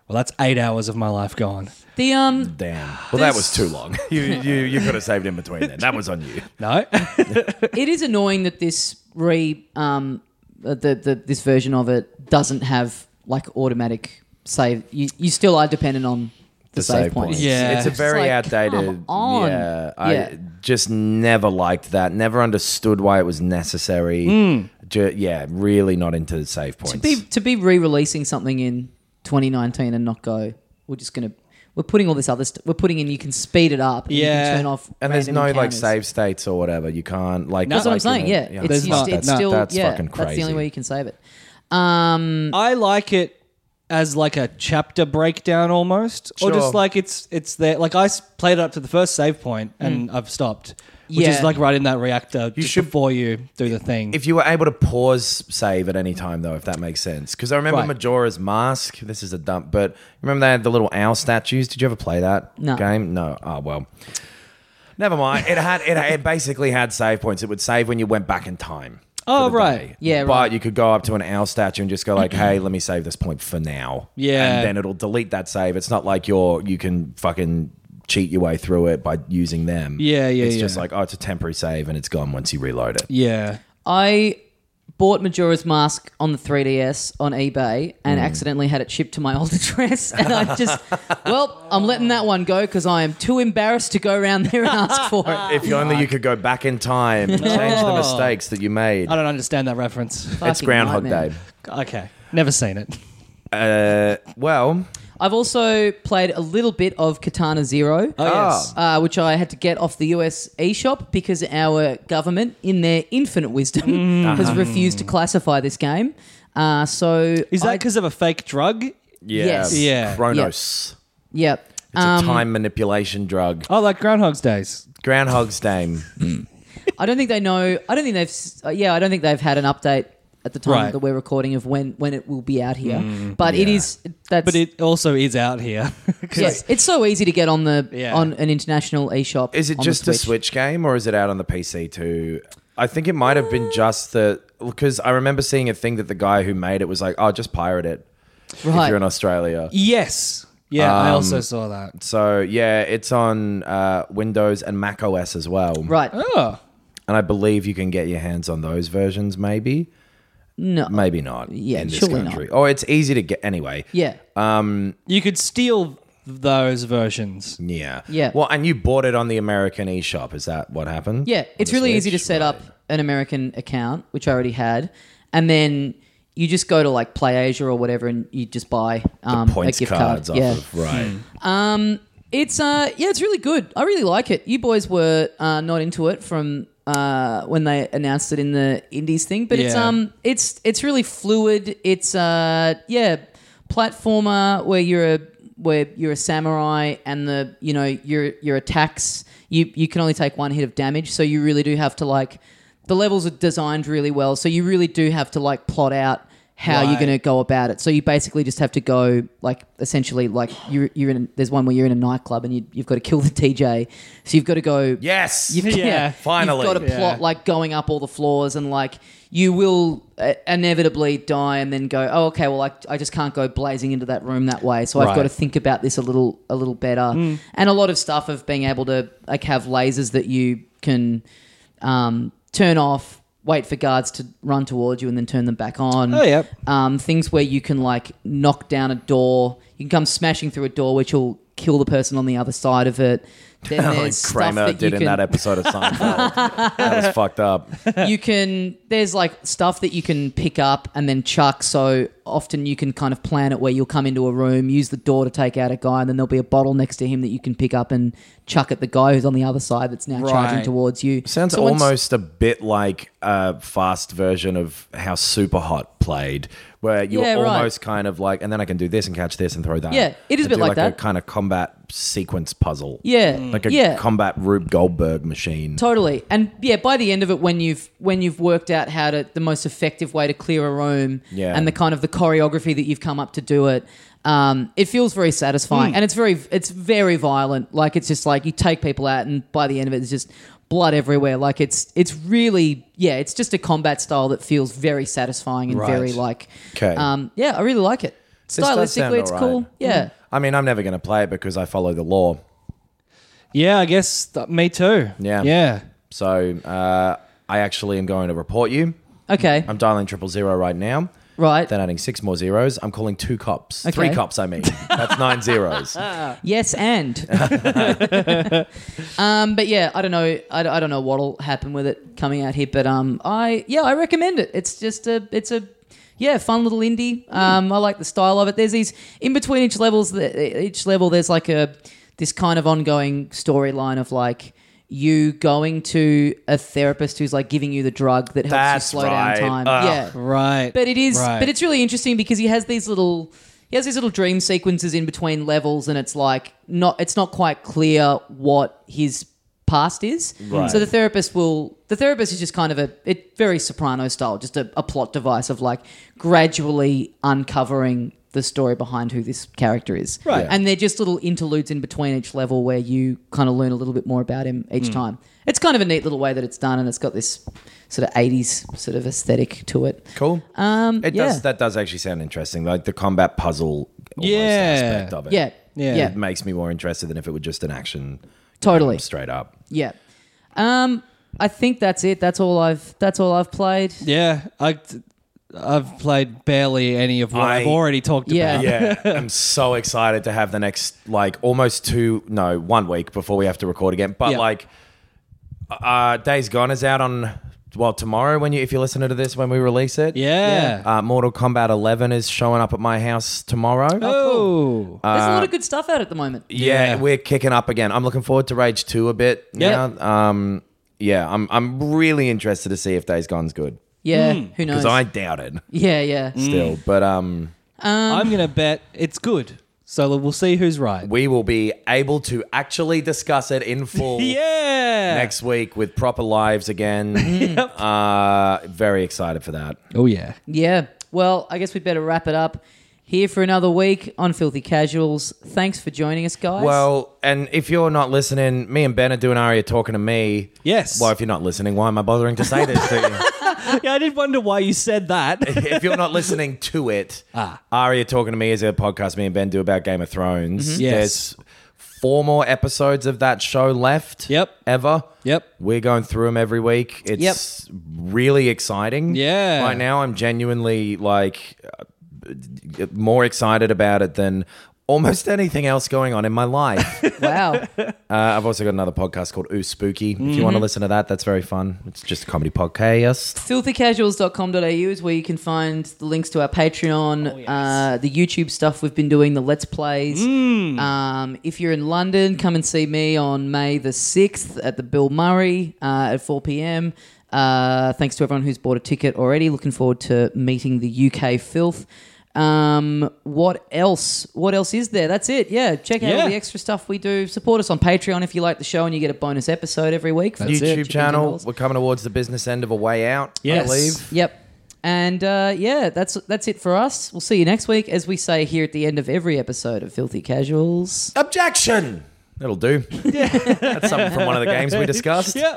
Speaker 2: "Well, that's eight hours of my life gone."
Speaker 1: The um,
Speaker 3: Damn. Well, that was too long. you you, you could have saved in between then. That was on you.
Speaker 2: No,
Speaker 1: it is annoying that this re um uh, the, the this version of it doesn't have like automatic save. You you still are dependent on the, save, points.
Speaker 2: points. Yeah.
Speaker 3: It's a
Speaker 2: It's
Speaker 3: very
Speaker 1: like,
Speaker 3: outdated.
Speaker 1: come on.
Speaker 3: Yeah.
Speaker 1: Yeah.
Speaker 3: I just never liked that. Never understood why it was necessary. Ju- yeah, really not into save points.
Speaker 1: Mm. To be to be re-releasing something in 2019 and not go. We're just gonna. We're putting all this other. St- we're putting in. You can speed it up. And You
Speaker 2: Yeah.
Speaker 1: can turn off.
Speaker 3: and there's no
Speaker 1: random
Speaker 3: like
Speaker 1: encounters.
Speaker 3: save states or whatever. You can't like.
Speaker 1: That's what I'm
Speaker 3: like,
Speaker 1: saying.
Speaker 3: you know,
Speaker 1: Yeah, it's,
Speaker 2: There's
Speaker 1: you
Speaker 2: not-
Speaker 1: st- it's
Speaker 2: that's-
Speaker 1: still
Speaker 3: that's
Speaker 1: yeah,
Speaker 3: fucking
Speaker 1: That's the only
Speaker 3: crazy.
Speaker 1: way you can save it. Um,
Speaker 2: I like it as like a chapter breakdown almost, or
Speaker 3: Sure.
Speaker 2: just like it's it's there. Like I s- played it up to the first save point and I've stopped, which
Speaker 1: Yeah.
Speaker 2: is like right in that reactor just
Speaker 3: should-
Speaker 2: before you do the thing.
Speaker 3: If you were able to pause save at any time though, if that makes sense, because I remember
Speaker 2: Right.
Speaker 3: Majora's Mask. This is a dump, but remember they had the little owl statues. Did you ever play that
Speaker 1: No.
Speaker 3: game? No. Oh well. Never mind. It had it, it basically had save points. It would save when you went back in time.
Speaker 2: Oh,
Speaker 3: for the
Speaker 2: right.
Speaker 3: day.
Speaker 1: Yeah,
Speaker 3: But
Speaker 1: right.
Speaker 3: you could go up to an owl statue and just go like, "Hey, let me save this point for now."
Speaker 2: Yeah.
Speaker 3: And then it'll delete that save. It's not like you're you can fucking cheat your way through it by using them.
Speaker 2: Yeah, yeah,
Speaker 3: It's just
Speaker 2: yeah.
Speaker 3: like, oh, it's a temporary save and it's gone once you reload it.
Speaker 2: yeah,
Speaker 1: I bought Majora's Mask on the 3DS on eBay and
Speaker 3: Hmm.
Speaker 1: accidentally had it shipped to my old address. And I just, well, I'm letting that one go because I am too embarrassed to go around there and ask for it.
Speaker 3: If only you could go back in time, and change the mistakes that you made.
Speaker 2: I don't understand that reference.
Speaker 3: It's
Speaker 1: Fucking
Speaker 3: Groundhog
Speaker 1: nightmare.
Speaker 3: Day.
Speaker 2: okay, never seen it.
Speaker 3: Uh, well,
Speaker 1: I've also played a little bit of Katana Zero.
Speaker 2: Oh,
Speaker 3: ah,
Speaker 2: yes.
Speaker 1: uh, which I had to get off the US eShop because our government, in their infinite wisdom,
Speaker 3: Mm. Uh-huh.
Speaker 1: has refused to classify this game. Uh, so
Speaker 2: Is
Speaker 1: I-
Speaker 2: that because of a fake drug?
Speaker 3: yeah,
Speaker 1: Yes. Um,
Speaker 2: Yeah.
Speaker 3: Chronos.
Speaker 1: Yep.
Speaker 3: It's a time manipulation drug.
Speaker 2: Oh, like Groundhog's Days.
Speaker 3: Groundhog's Day.
Speaker 1: I don't think they know. I don't think they've. s- Uh, yeah, I don't think they've had an update at the time
Speaker 2: Right. Mm.
Speaker 1: that we're recording of when when it will be out here. but it is. That's.
Speaker 2: But it also is out here. 'Cause-
Speaker 1: yes, it's so easy to get on the
Speaker 2: Yeah.
Speaker 1: on an international eShop.
Speaker 3: Is it
Speaker 1: on the
Speaker 3: just a Switch game or is it out on the PC too? I think it might have
Speaker 1: Uh.
Speaker 3: been just the because I remember seeing a thing that the guy who made it was like, "Oh, just pirate it if you're in
Speaker 1: Right.
Speaker 3: Australia."
Speaker 2: Yes. Yeah, I
Speaker 3: Um,
Speaker 2: also saw that.
Speaker 3: So yeah, it's on uh, Windows and Mac OS as well,
Speaker 1: Right.
Speaker 2: Oh,
Speaker 3: and I believe you can get your hands on those versions, maybe.
Speaker 1: No.
Speaker 3: Maybe not.
Speaker 1: Yeah,
Speaker 3: in this
Speaker 1: surely
Speaker 3: country. Or it's easy to get anyway.
Speaker 1: Yeah.
Speaker 3: Uh,
Speaker 2: you could steal those versions.
Speaker 3: Yeah.
Speaker 1: Yeah.
Speaker 3: Well, and you bought it on the American eShop. Is that what happened?
Speaker 1: Yeah,
Speaker 3: On
Speaker 1: it's
Speaker 3: the
Speaker 1: really easy to
Speaker 3: Switch?
Speaker 1: set up an American account, which I already had, and then you just go to like PlayAsia or whatever, and you just buy um,
Speaker 3: points
Speaker 1: a gift Hmm.
Speaker 3: cards
Speaker 1: card.
Speaker 3: off
Speaker 1: yeah,
Speaker 3: of right.
Speaker 1: It's uh yeah, it's really good. I really like it. You boys were uh, not into it from uh, when they announced it in the indies thing, but it's
Speaker 2: Yeah.
Speaker 1: um it's it's really fluid. It's uh yeah, platformer where you're a where you're a samurai and the you know your your attacks you you can only take one hit of damage, so you really do have to like the levels are designed really well, so you really do have to like plot out how you're
Speaker 2: Right.
Speaker 1: going to go about it. So you basically just have to go like essentially like you're you're in there's one where you're in a nightclub and you, you've got to kill the DJ. So you've got to go
Speaker 3: Yes.
Speaker 1: You've,
Speaker 2: Yeah.
Speaker 3: Finally.
Speaker 1: you've got to
Speaker 3: Yeah.
Speaker 1: plot like going up all the floors and like you will uh, inevitably die and then go oh okay well I, I just can't go blazing into that room that way so I've got
Speaker 3: Right.
Speaker 1: to
Speaker 3: Mm.
Speaker 1: think about this a little a little better and a lot of stuff of being able to like have lasers that you can um, turn off wait for guards to run towards you and then turn them back on
Speaker 2: Oh, yep.
Speaker 1: um, things where you can like knock down a door. You can come smashing through a door, which will kill the person on the other side of it. Then there's
Speaker 3: Kramer
Speaker 1: stuff that
Speaker 3: did
Speaker 1: you
Speaker 3: in
Speaker 1: can,
Speaker 3: that episode of Seinfeld. that was fucked up.
Speaker 1: you can there's like stuff that you can pick up and then chuck so often you can kind of plan it where you'll come into a room use the door to take out a guy and then there'll be a bottle next to him that you can pick up and chuck at the guy who's on the other side that's now charging
Speaker 2: Right.
Speaker 1: towards you
Speaker 3: Sounds
Speaker 1: So once-
Speaker 3: almost a bit like a fast version of how Super Hot played, where you're
Speaker 1: Yeah, right.
Speaker 3: almost kind of like, and then I can do this and catch this and throw that.
Speaker 1: Yeah, it is a
Speaker 3: And
Speaker 1: bit
Speaker 3: do
Speaker 1: like
Speaker 3: a
Speaker 1: that.
Speaker 3: kind of combat sequence puzzle. Mm.
Speaker 1: yeah
Speaker 3: like a
Speaker 1: yeah
Speaker 3: combat Rube Goldberg machine.
Speaker 1: Totally. And yeah, by the end of it when you've when you've worked out how to the most effective way to clear a room
Speaker 3: Yeah.
Speaker 1: and the kind of the choreography that you've come up to do it, um, it feels very
Speaker 3: Hmm.
Speaker 1: satisfying. And it's very it's very violent. Like it's just like you take people out and by the end of it it's just blood everywhere. Like it's it's really yeah, it's just a combat style that feels very satisfying and very like
Speaker 3: 'Kay.
Speaker 1: um yeah, I really like it.
Speaker 3: This does sound
Speaker 1: Stylistically it's
Speaker 3: alright.
Speaker 1: cool. Yeah.
Speaker 3: I mean, I'm never going to play it because I follow the law.
Speaker 2: Yeah, I guess th- me too.
Speaker 3: Yeah.
Speaker 2: Yeah.
Speaker 3: So uh, I actually am going to report you.
Speaker 1: Okay.
Speaker 3: I'm dialing triple zero right now.
Speaker 1: right.
Speaker 3: Then adding six more zeros. I'm calling two cops.
Speaker 1: Okay.
Speaker 3: Three cops, I mean. That's nine zeros.
Speaker 1: Yes, and. um, but yeah, I don't know. I, I don't know what'll happen with it coming out here, but um, I yeah, I recommend it. It's just a it's a yeah, fun little indie. Um, I like the style of it. There's these in between each levels. the- Each level there's like a this kind of ongoing storyline of like you going to a therapist who's like giving you the drug that helps
Speaker 3: That's
Speaker 1: you slow
Speaker 3: right.
Speaker 1: down time.
Speaker 3: Ugh.
Speaker 1: yeah,
Speaker 2: Right.
Speaker 1: but it is,
Speaker 2: Right.
Speaker 1: but it's really interesting because he has these little, he has these little dream sequences in between levels, and it's like not, it's not quite clear what his past is. So the therapist will, the therapist is just kind of a, it very Soprano style, just a, a plot device of like gradually uncovering the story behind who this character is.
Speaker 2: Right.
Speaker 1: And they're just little interludes in between each level where you kind of learn a little bit more about him each
Speaker 2: Hmm.
Speaker 1: time. It's kind of a neat little way that it's done, and it's got this sort of 80s sort of aesthetic to it.
Speaker 3: Cool. Um, it
Speaker 1: yeah.
Speaker 3: does. That does actually sound interesting. Like the combat puzzle almost
Speaker 2: Yeah.
Speaker 3: aspect of it.
Speaker 1: Yeah.
Speaker 2: Yeah.
Speaker 1: Yeah.
Speaker 3: It makes me more interested than if it were just an action
Speaker 1: Totally.
Speaker 3: straight up.
Speaker 1: Yeah. Um, I think that's it. That's all I've. That's all I've played.
Speaker 2: yeah, I, I've played barely any of what I,
Speaker 3: I-
Speaker 2: have already talked
Speaker 1: Yeah.
Speaker 2: about.
Speaker 3: Yeah, I'm so excited to have the next like almost two no one week before we have to record again. But
Speaker 2: Yeah.
Speaker 3: like, uh, Days Gone is out on well tomorrow when you if you're listening to this when we release it.
Speaker 2: Yeah.
Speaker 3: Uh, Mortal Kombat 11 is showing up at my house tomorrow.
Speaker 2: Oh,
Speaker 1: There's a lot
Speaker 3: Uh,
Speaker 1: of good stuff out at the moment.
Speaker 2: Yeah.
Speaker 3: Yeah, we're kicking up again. I'm looking forward to Rage 2 a bit
Speaker 2: Yeah.
Speaker 3: now. Um, yeah, I'm I'm really interested to see if Days Gone's good
Speaker 1: Yeah. Who knows?
Speaker 3: because mm, I Mm. doubt
Speaker 2: Mm.
Speaker 3: it
Speaker 1: yeah. Yeah.
Speaker 3: still. But um,
Speaker 2: I'm gonna bet it's good. So we'll see who's right.
Speaker 3: we will be able to actually discuss it in full.
Speaker 2: yeah.
Speaker 3: Next week with proper lives again. uh, very excited for that.
Speaker 2: Oh yeah.
Speaker 1: Yeah. Well, I guess we better wrap it up here for another week on Filthy Casuals. Thanks for joining us, guys.
Speaker 3: Well, and if you're not listening, me and Ben are doing Aria talking to me.
Speaker 2: Yes.
Speaker 3: Well, if you're not listening, why am I bothering to say this to you?
Speaker 2: yeah, I did wonder why you said that.
Speaker 3: if you're not listening to it,
Speaker 2: Ah.
Speaker 3: Aria Talking to Me is a podcast me and Ben do about Game of Thrones.
Speaker 2: Mm-hmm. Yes.
Speaker 3: There's four more episodes of that show left.
Speaker 2: Yep.
Speaker 3: Ever.
Speaker 2: Yep.
Speaker 3: We're going through them every week. It's really exciting.
Speaker 2: Yeah.
Speaker 3: Right now, I'm genuinely like uh, more excited about it than almost anything else going on in my life. uh,
Speaker 1: Wow.
Speaker 3: I've also got another podcast called Ooh Spooky. If you want
Speaker 2: Mm-hmm.
Speaker 3: to listen to that, that's very fun. It's just a comedy podcast.
Speaker 1: filthycasuals.com.au is where you can find the links to our Patreon, uh, the YouTube stuff we've been doing, the Let's Plays. Um, if you're in London, come and see me on May the 6th at the Bill Murray uh, at 4 p.m. Uh, thanks to everyone who's bought a ticket already. Looking forward to meeting the UK filth. Um, what else? What else is there? That's it. Yeah, check out all
Speaker 2: Yeah.
Speaker 1: the extra stuff we do. Support us on Patreon if you like the show, and you get a bonus episode every week. for
Speaker 3: YouTube
Speaker 1: chickens and
Speaker 3: channel.
Speaker 1: balls.
Speaker 3: We're coming towards the business end of a way out. I
Speaker 2: Yes.
Speaker 3: believe.
Speaker 1: Yep. And uh, yeah, that's that's it for us. We'll see you next week, as we say here at the end of every episode of Filthy Casuals.
Speaker 3: Objection. That'll do. Yeah. that's something from one of the games we discussed.
Speaker 2: Yeah.